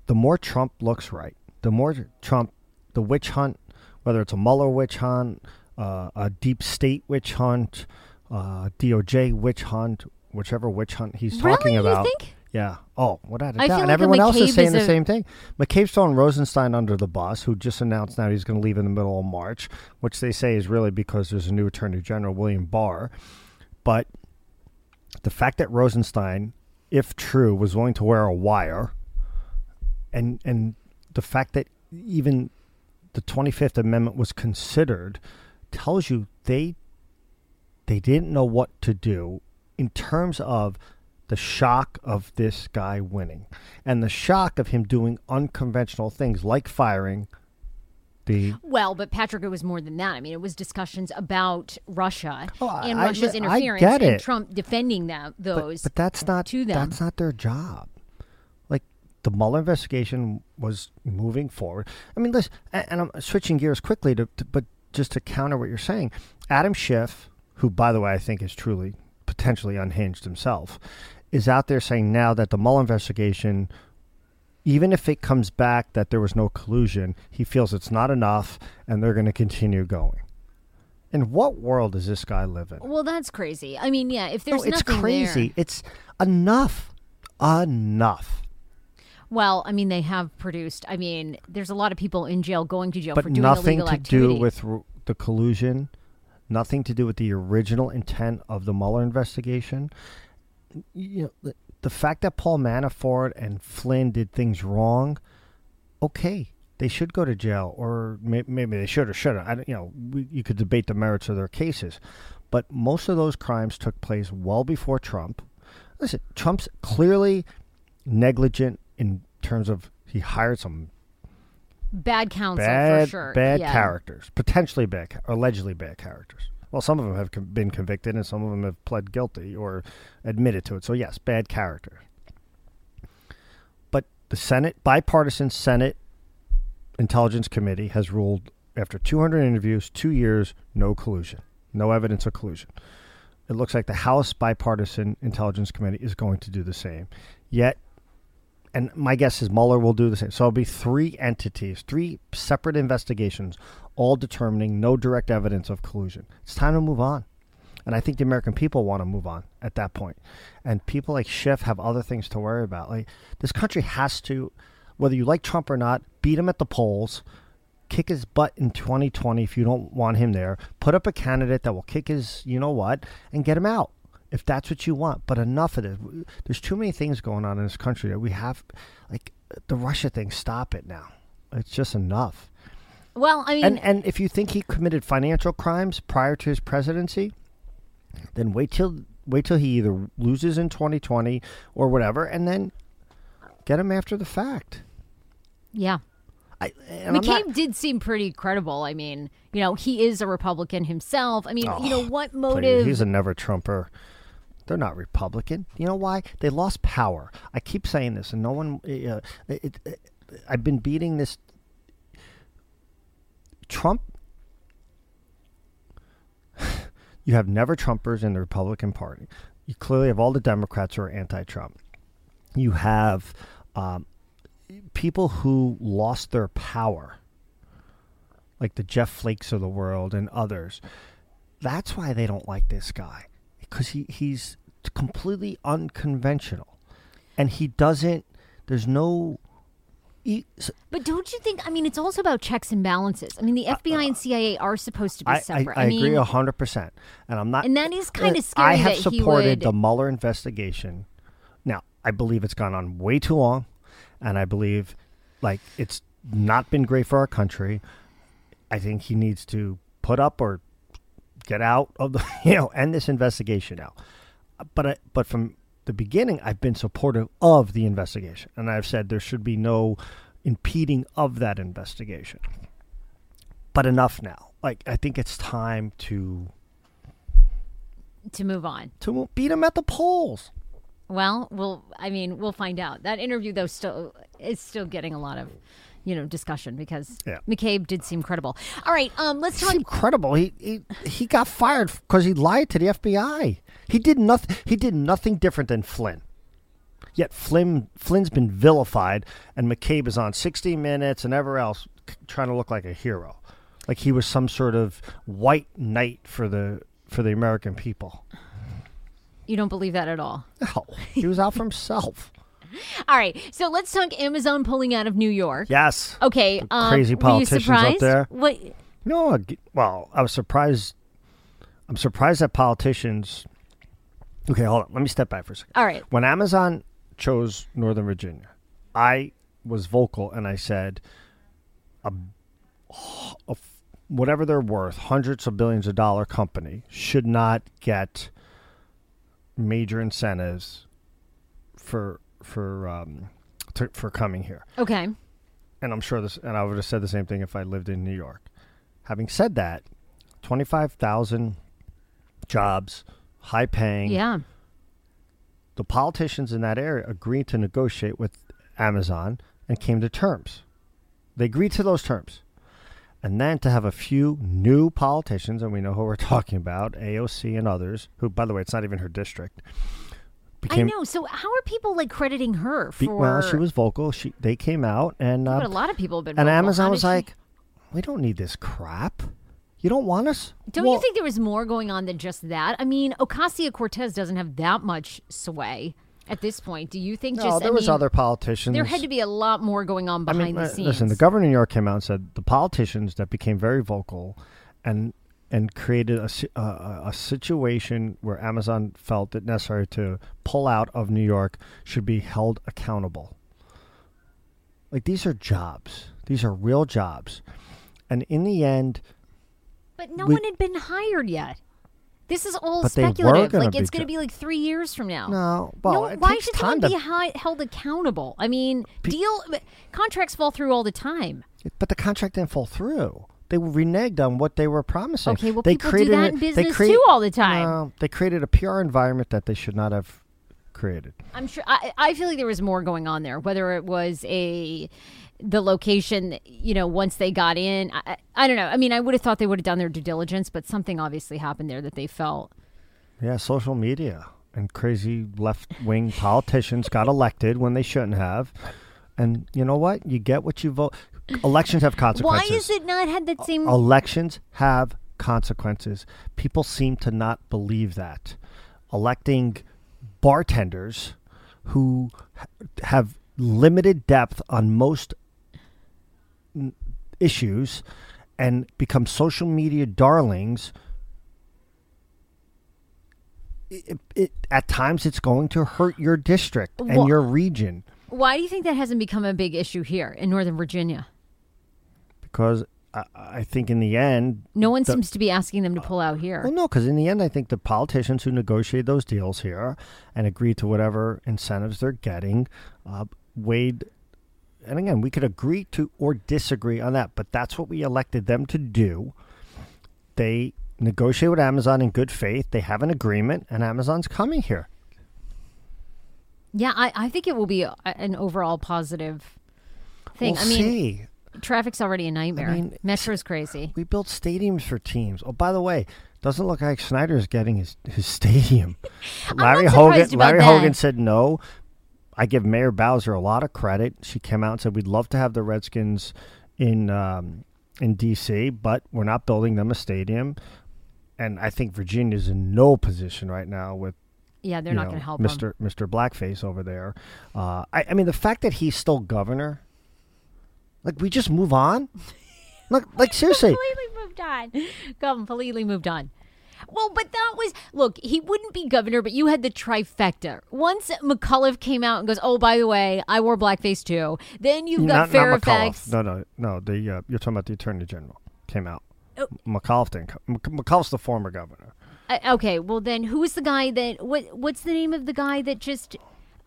[SPEAKER 2] The more Trump looks right, the more Trump, the witch hunt, whether it's a Mueller witch hunt, uh, a deep state witch hunt, uh, DOJ witch hunt, whichever witch hunt he's
[SPEAKER 1] Really?
[SPEAKER 2] talking
[SPEAKER 1] You
[SPEAKER 2] about.
[SPEAKER 1] think?
[SPEAKER 2] Yeah. Oh, without a
[SPEAKER 1] I
[SPEAKER 2] doubt.
[SPEAKER 1] feel
[SPEAKER 2] and
[SPEAKER 1] like a
[SPEAKER 2] everyone else
[SPEAKER 1] McCabe
[SPEAKER 2] is saying
[SPEAKER 1] is
[SPEAKER 2] the
[SPEAKER 1] a-
[SPEAKER 2] same thing. McCabe's throwing Rosenstein under the bus, who just announced now he's going to leave in the middle of March, which they say is really because there's a new Attorney General, William Barr. But the fact that Rosenstein, if true, was willing to wear a wire, and and the fact that even the Twenty Fifth Amendment was considered, tells you they they didn't know what to do in terms of the shock of this guy winning and the shock of him doing unconventional things like firing the
[SPEAKER 1] Well, but Patrick, it was more than that. I mean, it was discussions about Russia
[SPEAKER 2] Oh, I-
[SPEAKER 1] and
[SPEAKER 2] I
[SPEAKER 1] Russia's
[SPEAKER 2] get- I
[SPEAKER 1] interference
[SPEAKER 2] get
[SPEAKER 1] and
[SPEAKER 2] it.
[SPEAKER 1] Trump defending that those.
[SPEAKER 2] But that's not
[SPEAKER 1] to them.
[SPEAKER 2] that's not their job. Like the Mueller investigation was moving forward. I mean, listen, a- and I'm switching gears quickly to, to but just to counter what you're saying, Adam Schiff, who by the way I think is truly potentially unhinged himself, is out there saying now that the Mueller investigation even if it comes back that there was no collusion, he feels it's not enough and they're going to continue going. In what world does this guy live in?
[SPEAKER 1] well, that's crazy. I mean, yeah, if there's
[SPEAKER 2] no, it's
[SPEAKER 1] nothing
[SPEAKER 2] crazy.
[SPEAKER 1] there.
[SPEAKER 2] It's enough, enough.
[SPEAKER 1] Well, I mean, they have produced. I mean, there's a lot of people in jail going to jail
[SPEAKER 2] But
[SPEAKER 1] for doing
[SPEAKER 2] nothing
[SPEAKER 1] illegal
[SPEAKER 2] to
[SPEAKER 1] activity.
[SPEAKER 2] do with r- the collusion. Nothing to do with the original intent of the Mueller investigation. You know, the, the fact that Paul Manafort and Flynn did things wrong. Okay, they should go to jail, or may, maybe they should or shouldn't. I don't, you know, we, you could debate the merits of their cases, but most of those crimes took place well before Trump. Listen, Trump's clearly negligent in terms of he hired some
[SPEAKER 1] Bad counsel
[SPEAKER 2] bad,
[SPEAKER 1] for sure.
[SPEAKER 2] bad
[SPEAKER 1] yeah.
[SPEAKER 2] characters, potentially bad, cha- allegedly bad characters. Well, some of them have con- been convicted, and some of them have pled guilty or admitted to it. So yes, bad character. But the Senate bipartisan Senate Intelligence Committee has ruled after 200 interviews, two years, no collusion, no evidence of collusion. It looks like the House bipartisan Intelligence Committee is going to do the same. Yet and my guess is Mueller will do the same. So it'll be three entities, three separate investigations, all determining no direct evidence of collusion. It's time to move on. And I think the American people want to move on at that point. And people like Schiff have other things to worry about. Like this country has to, whether you like Trump or not, beat him at the polls, kick his butt in 2020 if you don't want him there, put up a candidate that will kick his, you know what, and get him out if that's what you want. But enough of this. There's too many things going on in this country that we have, like the Russia thing. Stop it now. It's just enough.
[SPEAKER 1] Well, I mean,
[SPEAKER 2] And and if you think he committed financial crimes prior to his presidency, then wait till wait till he either loses in 2020 or whatever, and then get him after the fact.
[SPEAKER 1] yeah.
[SPEAKER 2] I, and I'm not-
[SPEAKER 1] McCabe did seem pretty credible. I mean, you know, he is a Republican himself. I mean, you know, what
[SPEAKER 2] Oh, Please,
[SPEAKER 1] motive?
[SPEAKER 2] He's a never Trumper. They're not Republican. You know why? They lost power. I keep saying this, and no one. Uh, it, it, I've been beating this. Trump. you have never Trumpers in the Republican Party. You clearly have all the Democrats who are anti Trump. You have um, people who lost their power, like the Jeff Flakes of the world and others that's why they don't like this guy because he, he's completely unconventional and he doesn't there's no he, s-
[SPEAKER 1] But don't you think? I mean, it's also about checks and balances. I mean, the FBI and CIA are supposed to be
[SPEAKER 2] Uh, I, I,
[SPEAKER 1] separate.
[SPEAKER 2] I
[SPEAKER 1] mean,
[SPEAKER 2] agree 100% and i'm not
[SPEAKER 1] and that is kind
[SPEAKER 2] Uh,
[SPEAKER 1] of scary
[SPEAKER 2] i have
[SPEAKER 1] that
[SPEAKER 2] supported
[SPEAKER 1] he would.
[SPEAKER 2] the mueller investigation now i believe it's gone on way too long and i believe like it's not been great for our country i think he needs to put up or get out of the you know end this investigation now but I, but from the beginning I've been supportive of the investigation and I've said there should be no impeding of that investigation but enough now like I think it's time to
[SPEAKER 1] to move on.
[SPEAKER 2] to beat him at the polls
[SPEAKER 1] Well, we'll. I mean, we'll find out. That interview, though, still is still getting a lot of, you know, discussion because
[SPEAKER 2] Yeah.
[SPEAKER 1] McCabe did seem credible. All right, um, let's
[SPEAKER 2] it's
[SPEAKER 1] talk.
[SPEAKER 2] incredible he he, he got fired because he lied to the FBI he did nothing he did nothing different than Flynn yet Flynn Flynn's been vilified and McCabe is on 60 Minutes and ever else c- trying to look like a hero, like he was some sort of white knight for the for the American people.
[SPEAKER 1] You don't believe that at all.
[SPEAKER 2] No, he was out for himself.
[SPEAKER 1] All right, so let's talk Amazon pulling out of New York.
[SPEAKER 2] Yes.
[SPEAKER 1] Okay, um,
[SPEAKER 2] crazy
[SPEAKER 1] were you
[SPEAKER 2] politicians up
[SPEAKER 1] surprised?
[SPEAKER 2] there.
[SPEAKER 1] What?
[SPEAKER 2] No. I g- Well, I was surprised. I'm surprised that politicians. Okay, hold on. Let me step back for a second.
[SPEAKER 1] All right.
[SPEAKER 2] When Amazon chose Northern Virginia, I was vocal and I said, a, a f- whatever they're worth, hundreds of billions of dollar company should not get major incentives for for um, to, for coming here
[SPEAKER 1] Okay.
[SPEAKER 2] and I'm sure this, and I would have said the same thing if I lived in New York. Having said that, 25,000 jobs, high paying.
[SPEAKER 1] Yeah.
[SPEAKER 2] The politicians in that area agreed to negotiate with Amazon and came to terms. They agreed to those terms. And then to have a few new politicians, and we know who we're talking about, AOC and others, who, by the way, it's not even her district,
[SPEAKER 1] I
[SPEAKER 2] became.
[SPEAKER 1] know. So how are people like crediting her
[SPEAKER 2] be-
[SPEAKER 1] for?
[SPEAKER 2] well, she was vocal. She they came out and um,
[SPEAKER 1] But a lot of people have been.
[SPEAKER 2] And
[SPEAKER 1] vocal.
[SPEAKER 2] Amazon
[SPEAKER 1] How
[SPEAKER 2] was
[SPEAKER 1] did she-
[SPEAKER 2] like, "We don't need this crap. You don't want us."
[SPEAKER 1] Don't
[SPEAKER 2] Well,
[SPEAKER 1] you think there was more going on than just that? I mean, Ocasio Cortez doesn't have that much sway at this point. Do you think?
[SPEAKER 2] No,
[SPEAKER 1] just,
[SPEAKER 2] there
[SPEAKER 1] I
[SPEAKER 2] was
[SPEAKER 1] mean,
[SPEAKER 2] other politicians.
[SPEAKER 1] There had to be a lot more going on
[SPEAKER 2] I
[SPEAKER 1] behind
[SPEAKER 2] mean,
[SPEAKER 1] the
[SPEAKER 2] uh,
[SPEAKER 1] scenes.
[SPEAKER 2] listen. The governor of New York came out and said the politicians that became very vocal, and and created a si- a- a, a situation where Amazon felt it necessary to pull out of New York should be held accountable. Like these are jobs. These are real jobs, and in the end,
[SPEAKER 1] but no
[SPEAKER 2] we-
[SPEAKER 1] one had been hired yet. This is all
[SPEAKER 2] But they were
[SPEAKER 1] speculative.
[SPEAKER 2] gonna
[SPEAKER 1] Like
[SPEAKER 2] be
[SPEAKER 1] it's going to
[SPEAKER 2] ju-
[SPEAKER 1] be like three years from now.
[SPEAKER 2] No, well,
[SPEAKER 1] no
[SPEAKER 2] it
[SPEAKER 1] why
[SPEAKER 2] takes
[SPEAKER 1] should
[SPEAKER 2] time
[SPEAKER 1] someone
[SPEAKER 2] to-
[SPEAKER 1] be hi- held accountable? I mean, deal contracts fall through all the time.
[SPEAKER 2] But the contract didn't fall through. They were reneged on what they were promising.
[SPEAKER 1] Okay, well,
[SPEAKER 2] they
[SPEAKER 1] people do
[SPEAKER 2] created
[SPEAKER 1] that
[SPEAKER 2] a-
[SPEAKER 1] in
[SPEAKER 2] they
[SPEAKER 1] business
[SPEAKER 2] create-
[SPEAKER 1] too all the time.
[SPEAKER 2] No, they created a PR environment that they should not have created.
[SPEAKER 1] I'm sure. I, I feel like there was more going on there. Whether it was a the location, you know, once they got in, I, I I don't know. I mean, I would have thought they would have done their due diligence, but something obviously happened there that they felt.
[SPEAKER 2] Yeah, social media and crazy left wing politicians got elected when they shouldn't have. And you know what? You get what you vote. Elections have
[SPEAKER 1] Why
[SPEAKER 2] consequences.
[SPEAKER 1] is it not had that same?
[SPEAKER 2] Elections have consequences. People seem to not believe that. Electing bartenders who ha- have limited depth on most n- issues and become social media darlings. It, it, at times, it's going to hurt your district and
[SPEAKER 1] Wha-
[SPEAKER 2] your region
[SPEAKER 1] Why do you think that hasn't become a big issue here in Northern Virginia?
[SPEAKER 2] because I, I think in the end,
[SPEAKER 1] No one
[SPEAKER 2] The-
[SPEAKER 1] seems to be asking them to pull out here.
[SPEAKER 2] Well, no, because in the end, I think the politicians who negotiate those deals here and agree to whatever incentives they're getting uh, weighed. And again, we could agree to or disagree on that, but that's what we elected them to do. They negotiate with Amazon in good faith. They have an agreement, and Amazon's coming here.
[SPEAKER 1] Yeah, I, I think it will be a- an overall positive thing.
[SPEAKER 2] We'll
[SPEAKER 1] I mean,
[SPEAKER 2] see.
[SPEAKER 1] traffic's already a nightmare.
[SPEAKER 2] mean,
[SPEAKER 1] Metro's crazy.
[SPEAKER 2] We built stadiums for teams. Oh, by the way, doesn't look like Snyder's getting his, his stadium. Larry
[SPEAKER 1] not
[SPEAKER 2] Hogan
[SPEAKER 1] surprised about
[SPEAKER 2] Larry
[SPEAKER 1] that.
[SPEAKER 2] Hogan said no. I give Mayor Bowser a lot of credit. She came out and said we'd love to have the Redskins in um, in DC, but we're not building them a stadium. And I think Virginia's in no position right now with
[SPEAKER 1] Yeah, they're
[SPEAKER 2] you
[SPEAKER 1] not
[SPEAKER 2] know,
[SPEAKER 1] going to help 'em.
[SPEAKER 2] Mr. Mr. Blackface over there. Uh, I, I mean, the fact that he's still governor, like we just move on. Like, like seriously,
[SPEAKER 1] Completely moved on. Completely moved on. Well, but that was look. He wouldn't be governor, but you had the trifecta. Once McCullough came out and goes, "Oh, by the way, I wore blackface too." Then you've got
[SPEAKER 2] not, not
[SPEAKER 1] Fairfax.
[SPEAKER 2] McAuliffe. No, no, no. The uh, you're talking about the attorney general came out.
[SPEAKER 1] Oh.
[SPEAKER 2] McAuliffe didn't. Come. Mc- McAuliffe's the former governor.
[SPEAKER 1] Uh, okay, well then, who is the guy that? What? What's the name of the guy that just?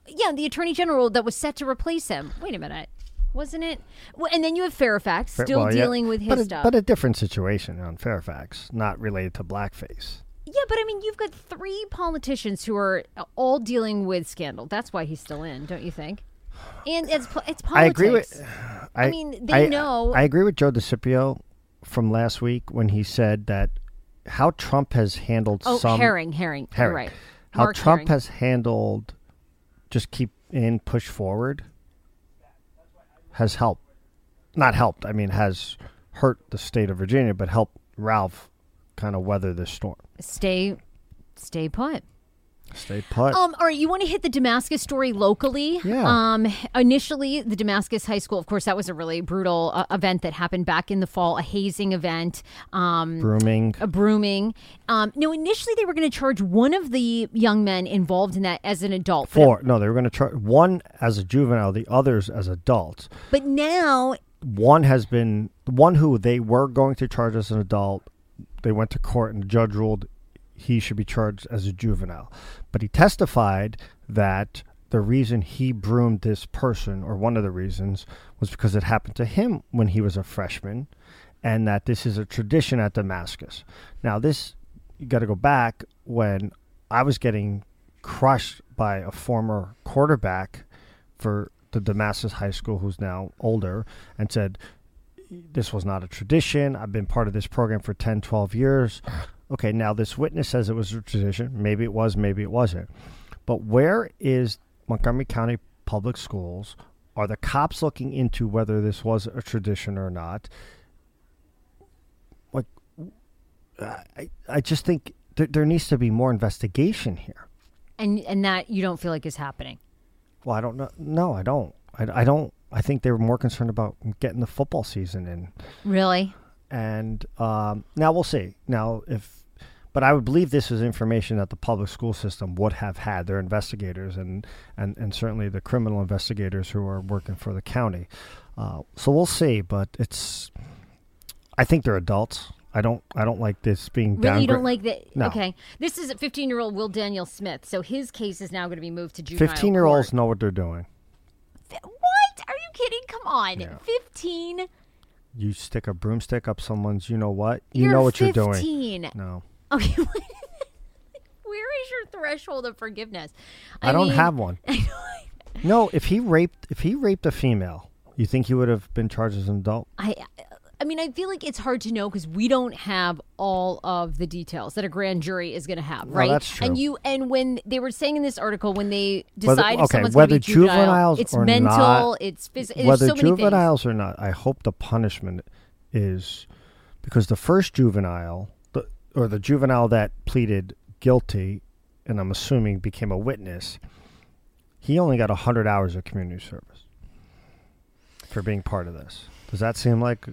[SPEAKER 1] Yeah, the attorney general that was set to replace him. Wait a minute, wasn't it? Well, and then you have Fairfax
[SPEAKER 2] Fair-
[SPEAKER 1] still
[SPEAKER 2] well, yeah,
[SPEAKER 1] dealing with his
[SPEAKER 2] but a,
[SPEAKER 1] stuff.
[SPEAKER 2] but a different situation on Fairfax, not related to blackface.
[SPEAKER 1] yeah, but I mean, you've got three politicians who are all dealing with scandal. That's why he's still in, don't you think? And it's po- it's politics.
[SPEAKER 2] I agree with. I,
[SPEAKER 1] mean, they
[SPEAKER 2] I-
[SPEAKER 1] know-
[SPEAKER 2] I agree with Joe DiCipio from last week when he said that how Trump has handled
[SPEAKER 1] oh,
[SPEAKER 2] some
[SPEAKER 1] herring, herring, You're
[SPEAKER 2] Herring.
[SPEAKER 1] right?
[SPEAKER 2] How
[SPEAKER 1] Mark
[SPEAKER 2] Trump
[SPEAKER 1] Herring.
[SPEAKER 2] has handled just keep in, push forward has helped. Not helped, I mean, has hurt the state of Virginia, but helped Ralph kind of weather this storm.
[SPEAKER 1] stay, stay put.
[SPEAKER 2] Stay put.
[SPEAKER 1] Um, all right, you want to hit the Damascus story locally?
[SPEAKER 2] Yeah.
[SPEAKER 1] Um, initially, the Damascus High School, of course, that was a really brutal uh, event that happened back in the fall, a hazing event, um,
[SPEAKER 2] Brooming.
[SPEAKER 1] a brooming. Um, no, initially they were going to charge one of the young men involved in that as an adult. but-
[SPEAKER 2] Four. No, they were going to try one as a juvenile, the others as adults.
[SPEAKER 1] But, now,
[SPEAKER 2] One has been, one who they were going to charge as an adult, they went to court and the judge ruled he should be charged as a juvenile. But he testified that the reason he broomed this person, or one of the reasons, was because it happened to him when he was a freshman, and that this is a tradition at Damascus. Now, this, you got to go back when I was getting crushed by a former quarterback for the Damascus High School, who's now older, and said, this was not a tradition. I've been part of this program for 10, 12 years. Okay, now this witness says it was a tradition. Maybe it was, maybe it wasn't. But where is Montgomery County Public Schools? Are the cops looking into whether this was a tradition or not? Like, I, I just think th- there needs to be more investigation here.
[SPEAKER 1] and and that you don't feel like is happening.
[SPEAKER 2] Well, I don't know. No, I don't. I, I don't. I think they were more concerned about getting the football season in.
[SPEAKER 1] Really?
[SPEAKER 2] and um, now we'll see. Now, if but I would believe this is information that the public school system would have had their investigators and and and certainly the criminal investigators who are working for the county. Uh, so we'll see, but it's. I think they're adults. I don't. I don't like this being.
[SPEAKER 1] Really, you
[SPEAKER 2] downgra-
[SPEAKER 1] don't like that?
[SPEAKER 2] No.
[SPEAKER 1] Okay. This is 15 year old Will Daniel Smith. So his case is now going to be moved to juvenile.
[SPEAKER 2] Fifteen year olds know what they're doing.
[SPEAKER 1] court. What? Are you kidding? Come on.
[SPEAKER 2] Yeah.
[SPEAKER 1] 15? You
[SPEAKER 2] You stick a broomstick up someone's. You know what? You know what you're doing.
[SPEAKER 1] 15.
[SPEAKER 2] No,
[SPEAKER 1] Okay. what- Where is your threshold of forgiveness?
[SPEAKER 2] I, don't
[SPEAKER 1] mean,
[SPEAKER 2] have one. no, if he raped, if he raped a female, you think he would have been charged as an adult?
[SPEAKER 1] I. I mean, I feel like it's hard to know because we don't have all of the details that a grand jury is going to have, right?
[SPEAKER 2] that's
[SPEAKER 1] And
[SPEAKER 2] true.
[SPEAKER 1] you and when they were saying in this article, when they
[SPEAKER 2] Whether-
[SPEAKER 1] decide if
[SPEAKER 2] okay,
[SPEAKER 1] someone's going to
[SPEAKER 2] whether
[SPEAKER 1] be juvenile,
[SPEAKER 2] juveniles
[SPEAKER 1] it's
[SPEAKER 2] or
[SPEAKER 1] mental,
[SPEAKER 2] not,
[SPEAKER 1] it's physical. There's
[SPEAKER 2] Whether
[SPEAKER 1] so many things.
[SPEAKER 2] juveniles or not, I hope the punishment is because the first juvenile, the, or the juvenile that pleaded guilty, and I'm assuming became a witness, he only got hundred hours of community service for being part of this. Does that seem like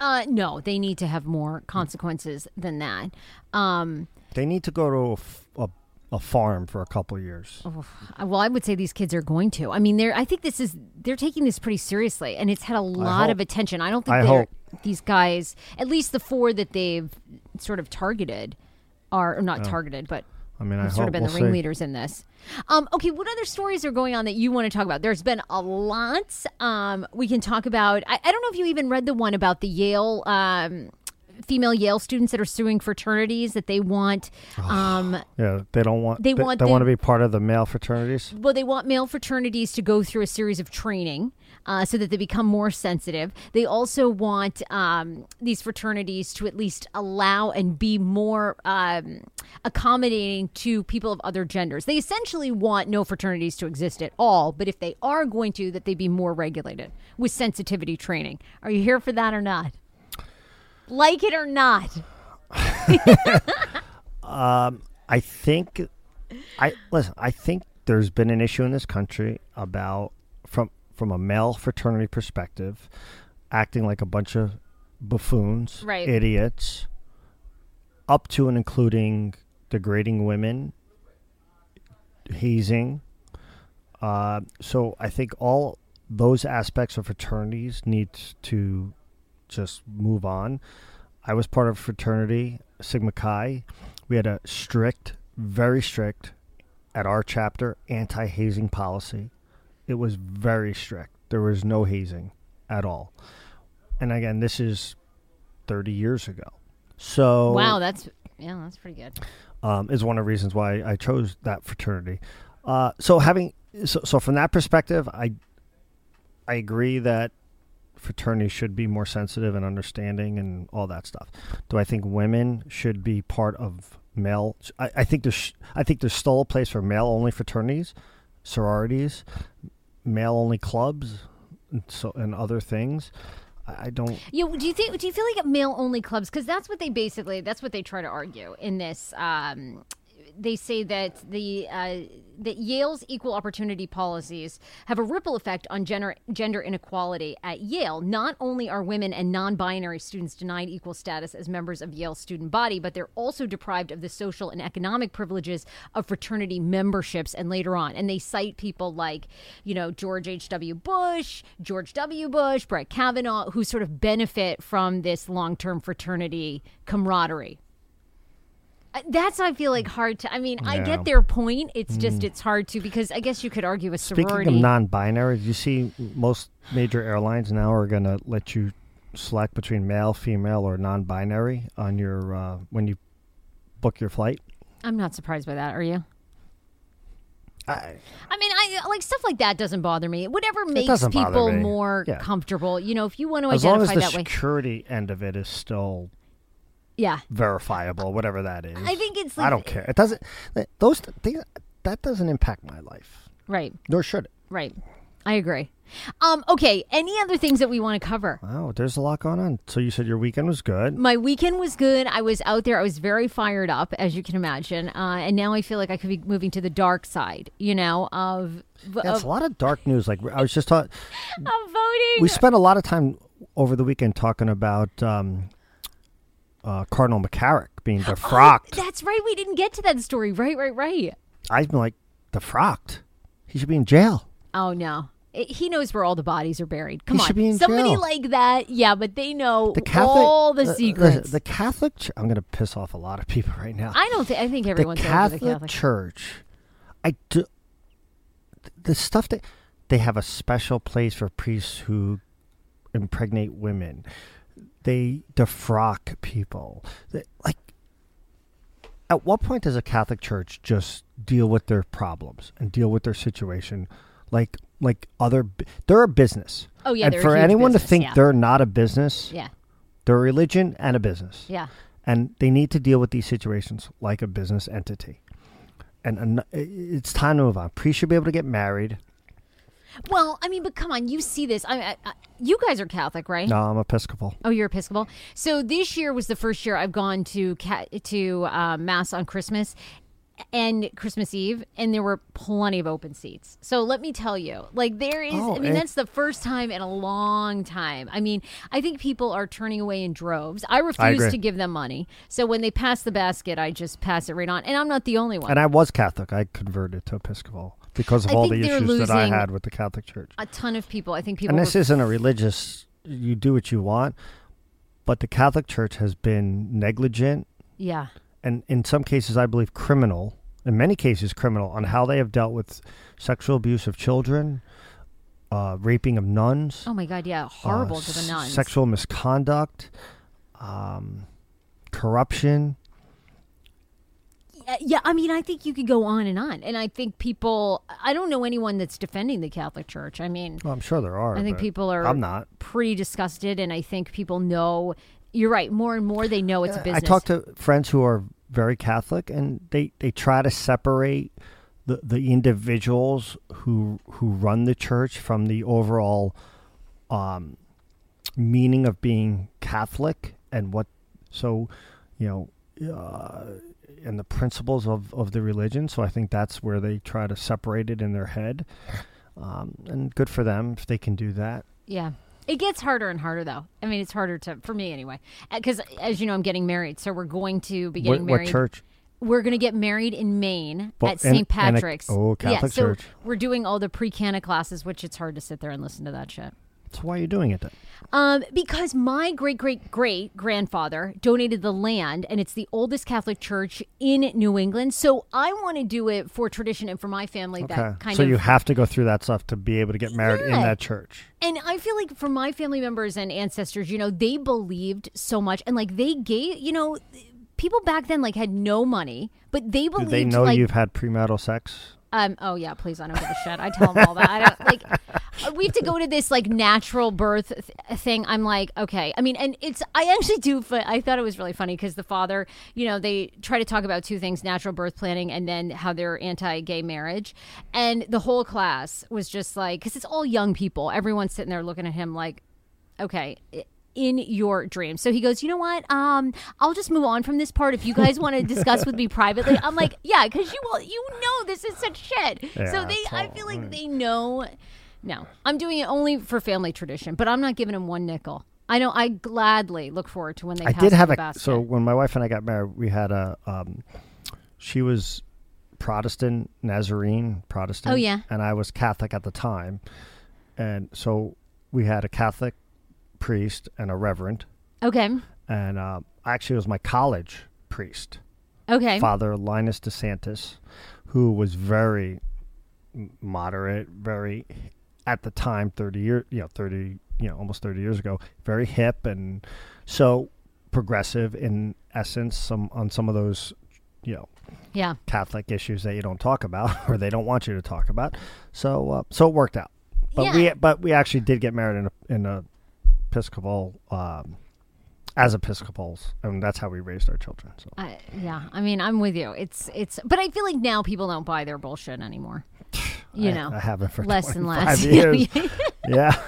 [SPEAKER 1] Uh, no, they need to have more consequences than that. Um,
[SPEAKER 2] They need to go to a, f- a- a farm for a couple years.
[SPEAKER 1] Oh, Uh, well, I would say these kids are going to. I mean, they're. I think this is they're taking this pretty seriously, and it's had a lot of
[SPEAKER 2] hope.
[SPEAKER 1] attention. I don't think
[SPEAKER 2] I
[SPEAKER 1] they're,
[SPEAKER 2] hope.
[SPEAKER 1] these guys, at least the four that they've sort of targeted, are or not targeted, but
[SPEAKER 2] I mean, I
[SPEAKER 1] have
[SPEAKER 2] hope
[SPEAKER 1] sort of been
[SPEAKER 2] we'll
[SPEAKER 1] the
[SPEAKER 2] see.
[SPEAKER 1] ringleaders in this. Um, okay, what other stories are going on that you want to talk about? There's been a lot. Um, we can talk about. I, I don't know if you even read the one about the Yale. Um, Female Yale students that are suing fraternities that they want, um,
[SPEAKER 2] Yeah, they don't want.
[SPEAKER 1] They
[SPEAKER 2] They,
[SPEAKER 1] want
[SPEAKER 2] want. They want to
[SPEAKER 1] the-
[SPEAKER 2] be part of the male fraternities.
[SPEAKER 1] well, they want male fraternities to go through a series of training uh, so that they become more sensitive. They also want um, these fraternities to at least allow and be more um, accommodating to people of other genders. They essentially want no fraternities to exist at all, but if they are going to, that they be more regulated with sensitivity training. Are you here for that or not? Like it or not?
[SPEAKER 2] I think. I listen. I think there's been an issue in this country about from from a male fraternity perspective, acting like a bunch of buffoons,
[SPEAKER 1] Right.
[SPEAKER 2] idiots, up to and including degrading women, hazing. Uh, so I think all those aspects of fraternities need to just move on. I was part of a fraternity, Sigma Chi. We had a strict, very strict, at our chapter, anti hazing policy. It was very strict. There was no hazing at all. And again, this is 30 years ago. So
[SPEAKER 1] Wow, that's yeah, that's pretty good.
[SPEAKER 2] um, is one of the reasons why I chose that fraternity. Uh, so having so, so from that perspective, I I agree that fraternities should be more sensitive and understanding and all that stuff. Do I think women should be part of male? I, I think there's I think there's still a place for male only fraternities, sororities, male only clubs, and so and other things. I I don't.
[SPEAKER 1] Yeah, do you think? Do you feel like male only clubs? Because that's what they basically that's what they try to argue in this. Um, they say that the uh, that Yale's equal opportunity policies have a ripple effect on gender gender inequality at Yale. Not only are women and non-binary students denied equal status as members of Yale's student body, but they're also deprived of the social and economic privileges of fraternity memberships. And later on, and they cite people like you know George H. W. Bush, George W. Bush, Brett Kavanaugh, who sort of benefit from this long term fraternity camaraderie. Uh, That's I feel like hard to. I mean, I
[SPEAKER 2] Mm. Yeah. Mm.
[SPEAKER 1] get their point. It's just it's hard to because I guess you could argue a sorority.
[SPEAKER 2] Speaking of non-binary, you see most major airlines now are going to let you select between male, female, or non-binary on your uh, when you book your flight.
[SPEAKER 1] I'm not surprised by that. Are you?
[SPEAKER 2] I,
[SPEAKER 1] I mean, I like stuff like that doesn't bother me. Whatever makes
[SPEAKER 2] doesn't bother
[SPEAKER 1] people
[SPEAKER 2] me.
[SPEAKER 1] more
[SPEAKER 2] Yeah.
[SPEAKER 1] comfortable, you know, if Oh, you want to
[SPEAKER 2] as long as
[SPEAKER 1] identify
[SPEAKER 2] the
[SPEAKER 1] that way,
[SPEAKER 2] security end of it is still
[SPEAKER 1] yeah.
[SPEAKER 2] verifiable, whatever that is.
[SPEAKER 1] I think it's like
[SPEAKER 2] I don't care. It doesn't. th- Those th- things that doesn't impact my life,
[SPEAKER 1] right,
[SPEAKER 2] nor should it.
[SPEAKER 1] right. I agree. Um, okay, any other things that we want to cover?
[SPEAKER 2] Wow, Oh, there's a lot going on. So you said your weekend was good.
[SPEAKER 1] My weekend was good. I was out there. I was very fired up, as you can imagine. Uh, and now I feel like I could be moving to the dark side, you know, of,
[SPEAKER 2] That's
[SPEAKER 1] of,
[SPEAKER 2] a lot of dark news. Like I was just talking.
[SPEAKER 1] of voting.
[SPEAKER 2] We spent a lot of time over the weekend talking about um, uh, Cardinal McCarrick being defrocked.
[SPEAKER 1] That's right. We didn't get to that story. Right, right, right.
[SPEAKER 2] I've been like, defrocked? He should be in jail.
[SPEAKER 1] Oh, no. It- He knows where all the bodies are buried. Come on,
[SPEAKER 2] should be in
[SPEAKER 1] somebody
[SPEAKER 2] jail. uh,
[SPEAKER 1] like that, yeah, but they know all the secrets.
[SPEAKER 2] The, Catholic. Ch- I'm going to piss off a lot of people right now.
[SPEAKER 1] I don't think. I think
[SPEAKER 2] the
[SPEAKER 1] everyone's
[SPEAKER 2] Catholic,
[SPEAKER 1] over the Catholic.
[SPEAKER 2] Church. I do. The stuff that they have a special place for priests who impregnate women. They defrock people. They, like, at what point does a Catholic Church just deal with their problems and deal with their situation, like like other? bu- They're a business.
[SPEAKER 1] Oh, yeah,
[SPEAKER 2] and
[SPEAKER 1] they're a
[SPEAKER 2] for
[SPEAKER 1] huge
[SPEAKER 2] anyone to
[SPEAKER 1] business,
[SPEAKER 2] think
[SPEAKER 1] yeah.
[SPEAKER 2] they're not a business,
[SPEAKER 1] yeah,
[SPEAKER 2] they're a religion and a business
[SPEAKER 1] yeah.
[SPEAKER 2] and they need to deal with these situations like a business entity. And, and it's time to move on. Priests should be able to get married.
[SPEAKER 1] Well, I mean, but come on, you see this. I, I, I you guys are Catholic, right?
[SPEAKER 2] No, I'm Episcopal.
[SPEAKER 1] Oh, you're Episcopal. So this year was the first year I've gone to ca- to uh, mass on Christmas and Christmas Eve, and there were plenty of open seats. So let me tell you, like there is.
[SPEAKER 2] Oh,
[SPEAKER 1] I mean,
[SPEAKER 2] it-
[SPEAKER 1] that's the first time in a long time. I mean, I think people are turning away in droves. I refuse
[SPEAKER 2] agree.
[SPEAKER 1] to give them money. So when they pass the basket, I just pass it right on, and I'm not the only one.
[SPEAKER 2] And I was Catholic. I converted to Episcopal because of
[SPEAKER 1] I
[SPEAKER 2] all the
[SPEAKER 1] think they're
[SPEAKER 2] issues that I
[SPEAKER 1] losing-
[SPEAKER 2] had with the Catholic Church.
[SPEAKER 1] a ton of people. I think people.
[SPEAKER 2] And
[SPEAKER 1] were-
[SPEAKER 2] this isn't a religious, you do what you want, but the Catholic Church has been negligent
[SPEAKER 1] yeah.
[SPEAKER 2] and in some cases, I believe criminal, in many cases, criminal, on how they have dealt with sexual abuse of children, uh, raping of nuns.
[SPEAKER 1] Oh my God. Yeah. Horrible
[SPEAKER 2] uh,
[SPEAKER 1] to the nuns.
[SPEAKER 2] Sexual misconduct, um, corruption.
[SPEAKER 1] Uh, yeah, I mean, I think you could go on and on, and I think people. I don't know anyone that's defending the Catholic Church. I mean,
[SPEAKER 2] Well, I'm sure there are.
[SPEAKER 1] I think
[SPEAKER 2] but
[SPEAKER 1] people are.
[SPEAKER 2] I'm not.
[SPEAKER 1] pretty disgusted, and I think people know. You're right. More and more, they know it's a business.
[SPEAKER 2] Uh, I talk to friends who are very Catholic, and they, they try to separate the, the individuals who who run the church from the overall um, meaning of being Catholic and what so you know. Uh, and the principles of, of the religion. So I think that's where they try to separate it in their head. Um, and good for them if they can do that.
[SPEAKER 1] yeah, it gets harder and harder, though. I mean, it's harder to for me anyway, because as you know, I'm getting married, so we're going to be
[SPEAKER 2] What,
[SPEAKER 1] getting
[SPEAKER 2] what
[SPEAKER 1] married.
[SPEAKER 2] church?
[SPEAKER 1] We're going to get married in Maine
[SPEAKER 2] Well,
[SPEAKER 1] at St.
[SPEAKER 2] and- and a-
[SPEAKER 1] Patrick's.
[SPEAKER 2] oh,
[SPEAKER 1] yeah,
[SPEAKER 2] Catholic
[SPEAKER 1] so
[SPEAKER 2] church.
[SPEAKER 1] We're doing all the pre-cana classes, which it's hard to sit there and listen to that shit.
[SPEAKER 2] So why are you doing it then?
[SPEAKER 1] Um, because my great great great grandfather donated the land, and it's the oldest Catholic church in New England. So I want to do it for tradition and for my family. That kind
[SPEAKER 2] so
[SPEAKER 1] of
[SPEAKER 2] you have to go through that stuff to be able to get married in
[SPEAKER 1] Yeah.
[SPEAKER 2] that church.
[SPEAKER 1] and I feel like for my family members and ancestors, you know, they believed so much, and like they gave, you know, people back then like had no money, but they
[SPEAKER 2] Do
[SPEAKER 1] believed
[SPEAKER 2] they know
[SPEAKER 1] like
[SPEAKER 2] you've had premarital sex?
[SPEAKER 1] Um, oh yeah, please. I don't give a shit. I tell them all that. I don't, like we have to go to this like natural birth th- thing. I'm like, okay. I mean, and it's I actually do. fi- I thought it was really funny because the father, you know, they try to talk about two things: natural birth planning and then how they're anti-gay marriage. And the whole class was just like, because it's all young people. Everyone's sitting there looking at him like, okay i- in your dream so he goes you know what um i'll just move on from this part if you guys want to discuss with me privately i'm like yeah because you will you know this is such shit so
[SPEAKER 2] Yeah,
[SPEAKER 1] they
[SPEAKER 2] it's
[SPEAKER 1] i
[SPEAKER 2] all-
[SPEAKER 1] feel like they know no i'm doing it only for family tradition but i'm not giving him one nickel i know i gladly look forward to when they
[SPEAKER 2] I
[SPEAKER 1] pass
[SPEAKER 2] did have
[SPEAKER 1] the
[SPEAKER 2] a
[SPEAKER 1] basket.
[SPEAKER 2] so when my wife and I got married, we had a um, she was Protestant Nazarene Protestant.
[SPEAKER 1] Oh, yeah.
[SPEAKER 2] and I was Catholic at the time, and so we had a Catholic priest and a reverend,
[SPEAKER 1] okay
[SPEAKER 2] and uh, actually it was my college priest.
[SPEAKER 1] okay
[SPEAKER 2] father Linus DeSantis, who was very m- moderate, very at the time thirty year, you know, thirty, you know, almost thirty years ago, very hip and so progressive in essence. Some on some of those, you know,
[SPEAKER 1] yeah
[SPEAKER 2] Catholic issues that you don't talk about or they don't want you to talk about. So, uh, so it worked out. But
[SPEAKER 1] Yeah.
[SPEAKER 2] we, but we actually did get married in a in a Episcopal. Um, as Episcopals, and that's how we raised our children. So
[SPEAKER 1] I, yeah i mean i'm with you it's it's but i feel like now people don't buy their bullshit anymore you
[SPEAKER 2] I-
[SPEAKER 1] know
[SPEAKER 2] I haven't for
[SPEAKER 1] less and less
[SPEAKER 2] 25 years. yeah.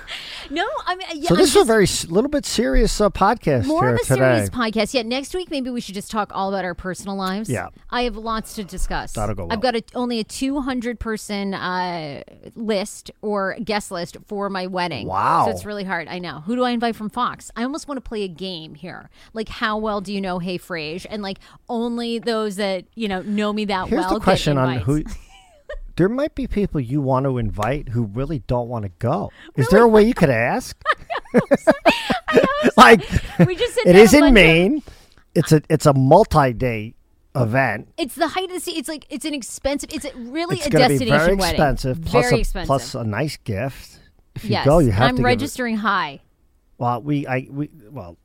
[SPEAKER 1] no i mean yeah,
[SPEAKER 2] So
[SPEAKER 1] I'm
[SPEAKER 2] this is a
[SPEAKER 1] just-
[SPEAKER 2] very s- little bit serious uh, podcast
[SPEAKER 1] more
[SPEAKER 2] here
[SPEAKER 1] of a
[SPEAKER 2] today.
[SPEAKER 1] serious podcast. Yeah, next week maybe we should just talk all about our personal lives.
[SPEAKER 2] Yeah.
[SPEAKER 1] I have lots to discuss.
[SPEAKER 2] That'll go
[SPEAKER 1] I've
[SPEAKER 2] well.
[SPEAKER 1] got a, only a two hundred person uh, list or guest list for my wedding.
[SPEAKER 2] Wow.
[SPEAKER 1] so it's really hard. I know. Who do I invite from Fox? I almost want to play a game here, like how well do you know Hey Frage, and like only those that you know know me that
[SPEAKER 2] Here's
[SPEAKER 1] well.
[SPEAKER 2] the question
[SPEAKER 1] get
[SPEAKER 2] on
[SPEAKER 1] invites.
[SPEAKER 2] who there might be people you want to invite who really don't want to go. Is there a way you could ask? like,
[SPEAKER 1] We just sit
[SPEAKER 2] it
[SPEAKER 1] down
[SPEAKER 2] is
[SPEAKER 1] a bunch
[SPEAKER 2] in
[SPEAKER 1] of-
[SPEAKER 2] Maine. It's a it's a multi-day event.
[SPEAKER 1] It's the height of the sea. It's like it's an expensive. It's really
[SPEAKER 2] It's
[SPEAKER 1] a
[SPEAKER 2] going to
[SPEAKER 1] destination
[SPEAKER 2] be very
[SPEAKER 1] wedding.
[SPEAKER 2] expensive. plus
[SPEAKER 1] very
[SPEAKER 2] a,
[SPEAKER 1] expensive.
[SPEAKER 2] plus a nice gift. If you
[SPEAKER 1] yes.
[SPEAKER 2] go, you have
[SPEAKER 1] I'm
[SPEAKER 2] to. give it-
[SPEAKER 1] registering high.
[SPEAKER 2] Well, we, I, we, well,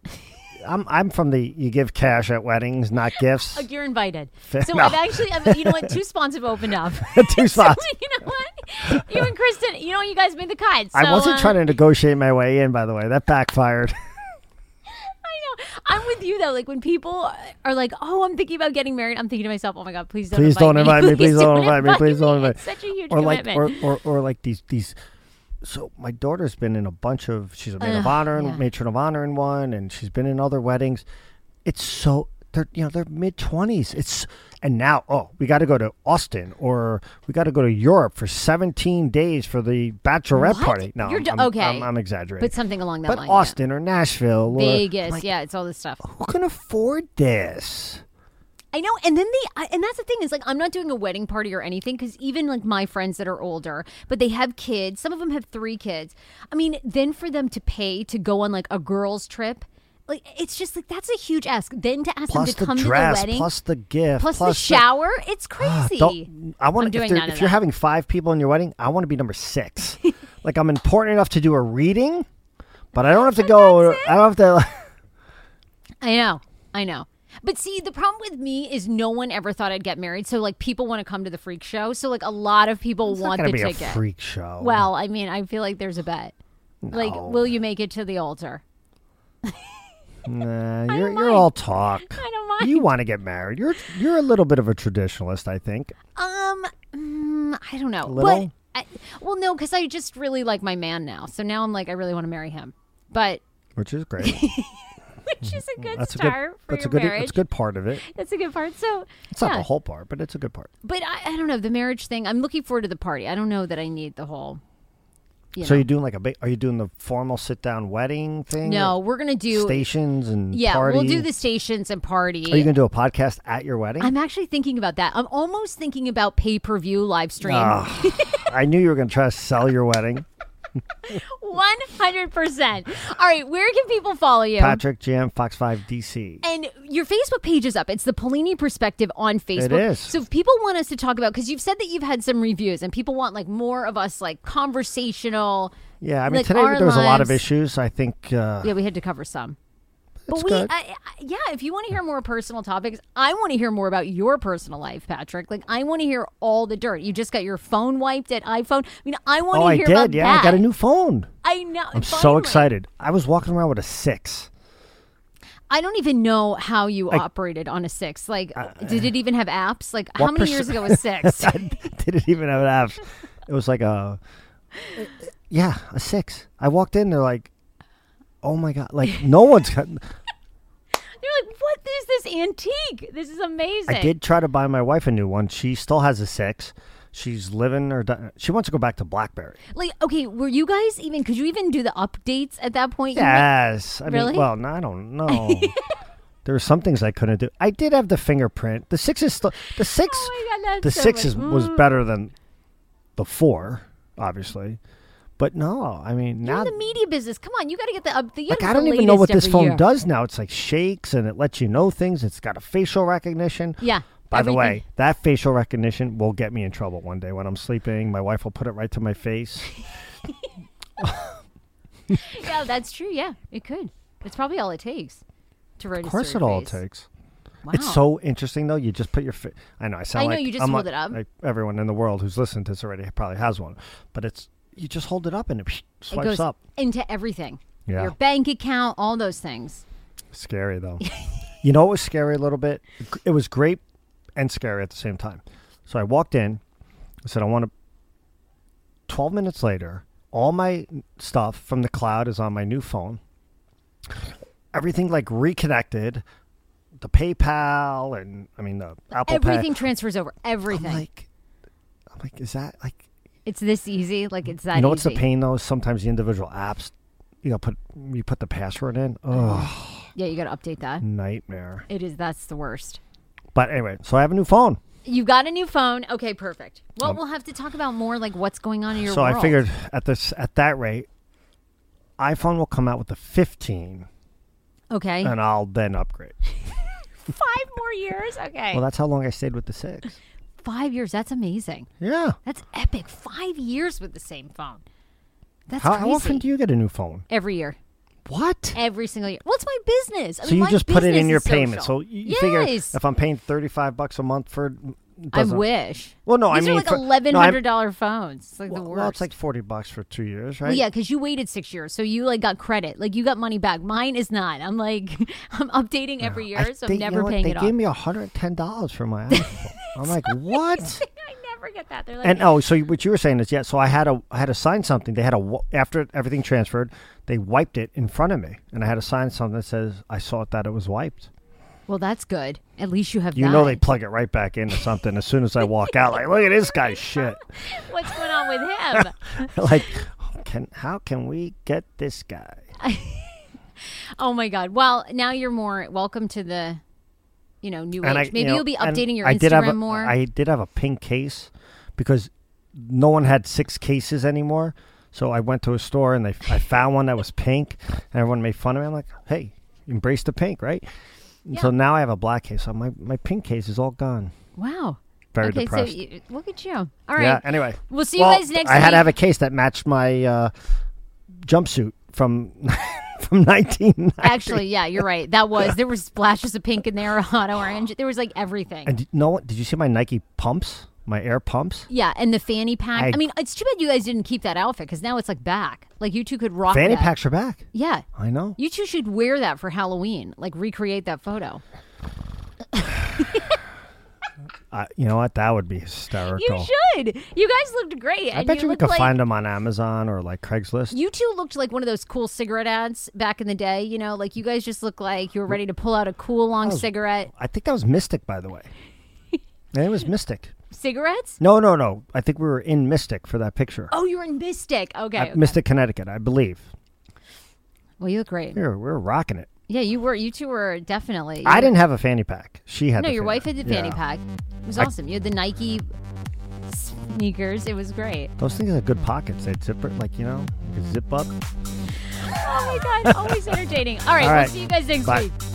[SPEAKER 2] I'm, I'm from the. You give cash at weddings, not gifts.
[SPEAKER 1] Like, you're invited. so
[SPEAKER 2] enough.
[SPEAKER 1] I've actually, I've, you know what? Two spawns have opened up.
[SPEAKER 2] Two spots.
[SPEAKER 1] you know what? You and Kristen, you know you guys made the cut. So,
[SPEAKER 2] I wasn't
[SPEAKER 1] uh,
[SPEAKER 2] trying to negotiate my way in. By the way, that backfired.
[SPEAKER 1] I know. I'm with you though. Like when people are like, "Oh, I'm thinking about getting married," I'm thinking to myself, "Oh my god, please don't,
[SPEAKER 2] please
[SPEAKER 1] invite,
[SPEAKER 2] don't invite
[SPEAKER 1] me.
[SPEAKER 2] me. Please don't invite me. Please don't invite.
[SPEAKER 1] It's such a huge
[SPEAKER 2] or like,
[SPEAKER 1] commitment.
[SPEAKER 2] or, or or like these these. So my daughter's been in a bunch of. She's a maid of
[SPEAKER 1] Ugh,
[SPEAKER 2] honor and
[SPEAKER 1] yeah.
[SPEAKER 2] matron of honor in one, and she's been in other weddings. It's so they're you know they're mid twenties. It's and now oh we got to go to Austin or we got to go to Europe for seventeen days for the bachelorette
[SPEAKER 1] What?
[SPEAKER 2] party. No,
[SPEAKER 1] You're
[SPEAKER 2] I'm,
[SPEAKER 1] do-
[SPEAKER 2] I'm-
[SPEAKER 1] okay.
[SPEAKER 2] I'm, I'm exaggerating.
[SPEAKER 1] but something along that
[SPEAKER 2] But
[SPEAKER 1] line. yeah.
[SPEAKER 2] Austin or Nashville, or,
[SPEAKER 1] Vegas,
[SPEAKER 2] like,
[SPEAKER 1] yeah, it's all this stuff.
[SPEAKER 2] who can afford this?
[SPEAKER 1] I know, and then the I- and that's the thing is like I'm not doing a wedding party or anything because even like my friends that are older, but they have kids. Some of them have three kids. I mean, then for them to pay to go on like a girls' trip, like it's just like that's a huge ask. Then to ask
[SPEAKER 2] Plus
[SPEAKER 1] them to
[SPEAKER 2] the
[SPEAKER 1] come
[SPEAKER 2] dress,
[SPEAKER 1] to the wedding,
[SPEAKER 2] plus the gift,
[SPEAKER 1] plus the shower, it's
[SPEAKER 2] Ah,
[SPEAKER 1] crazy.
[SPEAKER 2] don't- I
[SPEAKER 1] I'm
[SPEAKER 2] want to.
[SPEAKER 1] doing
[SPEAKER 2] If,
[SPEAKER 1] none
[SPEAKER 2] they're-
[SPEAKER 1] of
[SPEAKER 2] if you're
[SPEAKER 1] that.
[SPEAKER 2] having five people in your wedding, I want to be number six. like I'm important enough to do a reading, but I don't have to go. I don't have to.
[SPEAKER 1] I know. I know. But see, the problem with me is no one ever thought I'd get married. So like people want to come to the freak show. So like a lot of people
[SPEAKER 2] It's not
[SPEAKER 1] want
[SPEAKER 2] going
[SPEAKER 1] the
[SPEAKER 2] to be
[SPEAKER 1] ticket.
[SPEAKER 2] a freak show.
[SPEAKER 1] Well, I mean, I feel like there's a bet. Like,
[SPEAKER 2] No.
[SPEAKER 1] will you make it to the altar?
[SPEAKER 2] nah, you're
[SPEAKER 1] don't
[SPEAKER 2] you're
[SPEAKER 1] mind.
[SPEAKER 2] all talk.
[SPEAKER 1] I don't mind.
[SPEAKER 2] You want to get married. You're you're a little bit of a traditionalist, I think.
[SPEAKER 1] Um, mm, I don't know.
[SPEAKER 2] little?
[SPEAKER 1] But I, well, no, because I just really like my man now. So now I'm like, I really want to marry him. But
[SPEAKER 2] Which is great.
[SPEAKER 1] which is a good
[SPEAKER 2] Hmm. That's a good.
[SPEAKER 1] start for
[SPEAKER 2] That's
[SPEAKER 1] your
[SPEAKER 2] a good.
[SPEAKER 1] marriage.
[SPEAKER 2] That's a good part of it.
[SPEAKER 1] That's a good part. So
[SPEAKER 2] It's
[SPEAKER 1] yeah.
[SPEAKER 2] not the whole part, but it's a good part.
[SPEAKER 1] but I, I don't know the marriage thing. I'm looking forward to the party. I don't know that I need the whole. You
[SPEAKER 2] So
[SPEAKER 1] know.
[SPEAKER 2] you're doing like a. Ba- are you doing the formal sit down wedding thing?
[SPEAKER 1] no, we're gonna do
[SPEAKER 2] Stations and
[SPEAKER 1] yeah.
[SPEAKER 2] party?
[SPEAKER 1] We'll do the stations and party.
[SPEAKER 2] Are you going to do a podcast at your wedding?
[SPEAKER 1] I'm actually thinking about that. I'm almost thinking about pay per view live stream.
[SPEAKER 2] Ugh. I knew you were going to try to sell your wedding.
[SPEAKER 1] One hundred percent. All right, where can people follow you?
[SPEAKER 2] Patrick GM Fox 5 DC.
[SPEAKER 1] And your Facebook page is up. It's the Polini Perspective on Facebook.
[SPEAKER 2] is.
[SPEAKER 1] So if people want us to talk about, because you've said that you've had some reviews, and people want like more of us, like conversational.
[SPEAKER 2] Yeah, I mean
[SPEAKER 1] like,
[SPEAKER 2] today
[SPEAKER 1] our
[SPEAKER 2] there was a lot of
[SPEAKER 1] lives.
[SPEAKER 2] issues. I think uh,
[SPEAKER 1] Yeah, we had to cover some. but
[SPEAKER 2] It's
[SPEAKER 1] we,
[SPEAKER 2] good.
[SPEAKER 1] I, I- yeah, if you want to hear more personal topics, I want to hear more about your personal life, Patrick. Like I want to hear all the dirt. You just got your phone wiped at iPhone. I mean, I want
[SPEAKER 2] oh,
[SPEAKER 1] to
[SPEAKER 2] I
[SPEAKER 1] hear
[SPEAKER 2] did.
[SPEAKER 1] about
[SPEAKER 2] Yeah,
[SPEAKER 1] that.
[SPEAKER 2] I got a new phone.
[SPEAKER 1] I know.
[SPEAKER 2] I'm so excited. I was walking around with a six.
[SPEAKER 1] I don't even know how you operated on a six. Like, did it even have apps? Like, how
[SPEAKER 2] Uh, what
[SPEAKER 1] many years
[SPEAKER 2] percent-
[SPEAKER 1] ago was six?
[SPEAKER 2] I didn't even have an app. It was like a, yeah, a six. I walked in. They're like, oh my god, like no one's. Got,
[SPEAKER 1] You're like, what is this antique? This is amazing.
[SPEAKER 2] I did try to buy my wife a new one. She still has a six. She's living or di- she wants to go back to BlackBerry.
[SPEAKER 1] Like, okay, were you guys even? Could you even do the updates at that point? You might-
[SPEAKER 2] Yes. I
[SPEAKER 1] Really?
[SPEAKER 2] mean, well, no, I don't know. there were some things I couldn't do. I did have the fingerprint. The six is still the six.
[SPEAKER 1] Oh my God, that's
[SPEAKER 2] the
[SPEAKER 1] so
[SPEAKER 2] six
[SPEAKER 1] much- Mm,
[SPEAKER 2] is, was better than the four, obviously. But no, I mean
[SPEAKER 1] You're
[SPEAKER 2] now.
[SPEAKER 1] in the media business. Come on, you got to get the up. The, you
[SPEAKER 2] Like
[SPEAKER 1] gotta
[SPEAKER 2] I
[SPEAKER 1] get
[SPEAKER 2] don't
[SPEAKER 1] the
[SPEAKER 2] even know what
[SPEAKER 1] latest
[SPEAKER 2] this
[SPEAKER 1] every
[SPEAKER 2] phone
[SPEAKER 1] year.
[SPEAKER 2] does now. It's like shakes and it lets you know things. It's got a facial recognition.
[SPEAKER 1] Yeah,
[SPEAKER 2] By
[SPEAKER 1] everything.
[SPEAKER 2] the way, that facial recognition will get me in trouble one day when I'm sleeping. My wife will put it right to my face.
[SPEAKER 1] yeah, that's true. Yeah, it could. It's probably all it takes to register.
[SPEAKER 2] Of course, it
[SPEAKER 1] your
[SPEAKER 2] all
[SPEAKER 1] face.
[SPEAKER 2] takes.
[SPEAKER 1] Wow.
[SPEAKER 2] It's so interesting though. You just put your. Fi- I know. I sound
[SPEAKER 1] I know,
[SPEAKER 2] like
[SPEAKER 1] you just
[SPEAKER 2] I'm
[SPEAKER 1] hold
[SPEAKER 2] like-
[SPEAKER 1] it up.
[SPEAKER 2] Like everyone in the world who's listened to this already probably has one, but it's you just hold it up and it
[SPEAKER 1] It
[SPEAKER 2] swipes
[SPEAKER 1] goes
[SPEAKER 2] up.
[SPEAKER 1] into everything.
[SPEAKER 2] Yeah.
[SPEAKER 1] Your bank account, all those things.
[SPEAKER 2] Scary though. you know, it was scary a little bit. It was great and scary at the same time. So I walked in. I said, I want to. Twelve minutes later, all my stuff from the cloud is on my new phone. Everything like reconnected, the PayPal and I mean the Apple Pay.
[SPEAKER 1] everything transfers over. Everything.
[SPEAKER 2] I'm like, I'm like, is that like?
[SPEAKER 1] it's this easy. Like it's that.
[SPEAKER 2] you know what's the
[SPEAKER 1] easy.
[SPEAKER 2] pain though? is Sometimes the individual apps, you know, put you put the password in. Oh,
[SPEAKER 1] Yeah, you got to update that.
[SPEAKER 2] nightmare.
[SPEAKER 1] It is. That's the worst.
[SPEAKER 2] But anyway, so I have a new phone.
[SPEAKER 1] You got a new phone. Okay, perfect. Well, we'll have to talk about more like what's going on in your
[SPEAKER 2] so
[SPEAKER 1] world.
[SPEAKER 2] I figured at this at that rate, iPhone will come out with the 15,
[SPEAKER 1] Okay.
[SPEAKER 2] and I'll then upgrade.
[SPEAKER 1] Five more years. Okay.
[SPEAKER 2] Well, that's how long I stayed with the six.
[SPEAKER 1] Five years. That's amazing.
[SPEAKER 2] Yeah.
[SPEAKER 1] That's epic. Five years with the same phone. That's
[SPEAKER 2] How,
[SPEAKER 1] crazy.
[SPEAKER 2] how often do you get a new phone?
[SPEAKER 1] Every year.
[SPEAKER 2] What?
[SPEAKER 1] Every single year. What's my business? I
[SPEAKER 2] so
[SPEAKER 1] mean,
[SPEAKER 2] you
[SPEAKER 1] my
[SPEAKER 2] just put it
[SPEAKER 1] business
[SPEAKER 2] in your
[SPEAKER 1] is
[SPEAKER 2] payment.
[SPEAKER 1] social.
[SPEAKER 2] So you you figure
[SPEAKER 1] Yes.
[SPEAKER 2] if I'm paying 35 bucks a month for, it
[SPEAKER 1] I
[SPEAKER 2] doesn't-
[SPEAKER 1] wish.
[SPEAKER 2] Well, no, I
[SPEAKER 1] These
[SPEAKER 2] mean
[SPEAKER 1] are like
[SPEAKER 2] for- no, I'm-
[SPEAKER 1] eleven hundred dollar phones. It's like the
[SPEAKER 2] Well,
[SPEAKER 1] worst.
[SPEAKER 2] well, it's like 40 bucks for two years, right?
[SPEAKER 1] Well, yeah, because you waited six years, so you like got credit, like you got money back. Mine is not. I'm like, I'm updating every year,
[SPEAKER 2] I-
[SPEAKER 1] so
[SPEAKER 2] they-
[SPEAKER 1] I'm
[SPEAKER 2] you
[SPEAKER 1] never
[SPEAKER 2] know what?
[SPEAKER 1] paying
[SPEAKER 2] they
[SPEAKER 1] it
[SPEAKER 2] gave
[SPEAKER 1] off.
[SPEAKER 2] me 110 dollars for my iPhone. I'm like, what?
[SPEAKER 1] I never get that. They're like,
[SPEAKER 2] And oh, so you- what you were saying is, yeah. So I had a I had to sign something. They had a wa- after everything transferred, they wiped it in front of me, and I had to sign something that says I saw it that it was wiped.
[SPEAKER 1] well, that's good. At least you have.
[SPEAKER 2] You
[SPEAKER 1] that.
[SPEAKER 2] know they plug it right back into something as soon as I walk out. Like, look at this guy's shit.
[SPEAKER 1] What's going on with him?
[SPEAKER 2] like, can how can we get this guy?
[SPEAKER 1] oh my god. Well, now you're more welcome to the, you know, new age.
[SPEAKER 2] I-
[SPEAKER 1] Maybe
[SPEAKER 2] you know,
[SPEAKER 1] will be
[SPEAKER 2] and
[SPEAKER 1] updating your
[SPEAKER 2] I
[SPEAKER 1] Instagram
[SPEAKER 2] did have a,
[SPEAKER 1] more.
[SPEAKER 2] I did have a pink case because no one had six cases anymore. So I went to a store and they, I found one that was pink, and everyone made fun of me. I'm like, hey, embrace the pink, right? And So
[SPEAKER 1] Yeah.
[SPEAKER 2] now I have a black case. So my my pink case is all gone.
[SPEAKER 1] wow.
[SPEAKER 2] Very
[SPEAKER 1] okay,
[SPEAKER 2] depressed.
[SPEAKER 1] so you, look at you. All right.
[SPEAKER 2] Yeah. Anyway,
[SPEAKER 1] We'll see you guys next
[SPEAKER 2] I had
[SPEAKER 1] week.
[SPEAKER 2] to have a case that matched my uh, jumpsuit from from 1990.
[SPEAKER 1] Actually, yeah, you're right. That was there were splashes of pink in there, a hot orange. There was like everything.
[SPEAKER 2] And no, one did you see my Nike pumps? My air pumps.
[SPEAKER 1] Yeah, and the fanny pack. I,
[SPEAKER 2] I-
[SPEAKER 1] mean, it's too bad you guys didn't keep that outfit because now it's like back. Like you two could rock
[SPEAKER 2] Fanny
[SPEAKER 1] that.
[SPEAKER 2] packs are back.
[SPEAKER 1] Yeah,
[SPEAKER 2] I know.
[SPEAKER 1] you two should wear that for Halloween. Like recreate that photo.
[SPEAKER 2] I, you know what? That would be hysterical.
[SPEAKER 1] You should. You guys looked great.
[SPEAKER 2] I
[SPEAKER 1] and
[SPEAKER 2] bet you we
[SPEAKER 1] looked
[SPEAKER 2] could
[SPEAKER 1] like,
[SPEAKER 2] find them on Amazon or like Craigslist.
[SPEAKER 1] You two looked like one of those cool cigarette ads back in the day. You know, like you guys just looked like you were ready to pull out a cool long
[SPEAKER 2] Oh.
[SPEAKER 1] cigarette.
[SPEAKER 2] I think that was Mystic, by the way. it was Mystic.
[SPEAKER 1] Cigarettes?
[SPEAKER 2] No, no, no. I think we were in Mystic for that picture.
[SPEAKER 1] Oh, you were in Mystic. Okay.
[SPEAKER 2] At
[SPEAKER 1] okay.
[SPEAKER 2] Mystic, Connecticut, I believe.
[SPEAKER 1] Well, you look great.
[SPEAKER 2] We were, we were rocking it.
[SPEAKER 1] Yeah, you were. You two were definitely.
[SPEAKER 2] I didn't have a fanny pack. She had
[SPEAKER 1] No,
[SPEAKER 2] the
[SPEAKER 1] your
[SPEAKER 2] fanny
[SPEAKER 1] wife had the fanny
[SPEAKER 2] Yeah.
[SPEAKER 1] pack. It was
[SPEAKER 2] I-
[SPEAKER 1] awesome. You had the Nike sneakers. It was great.
[SPEAKER 2] Those things had good pockets. They'd zip it, like, you know, you could zip up.
[SPEAKER 1] Oh my god, always entertaining. All right,
[SPEAKER 2] All
[SPEAKER 1] we'll
[SPEAKER 2] right.
[SPEAKER 1] see you guys next
[SPEAKER 2] Bye.
[SPEAKER 1] week.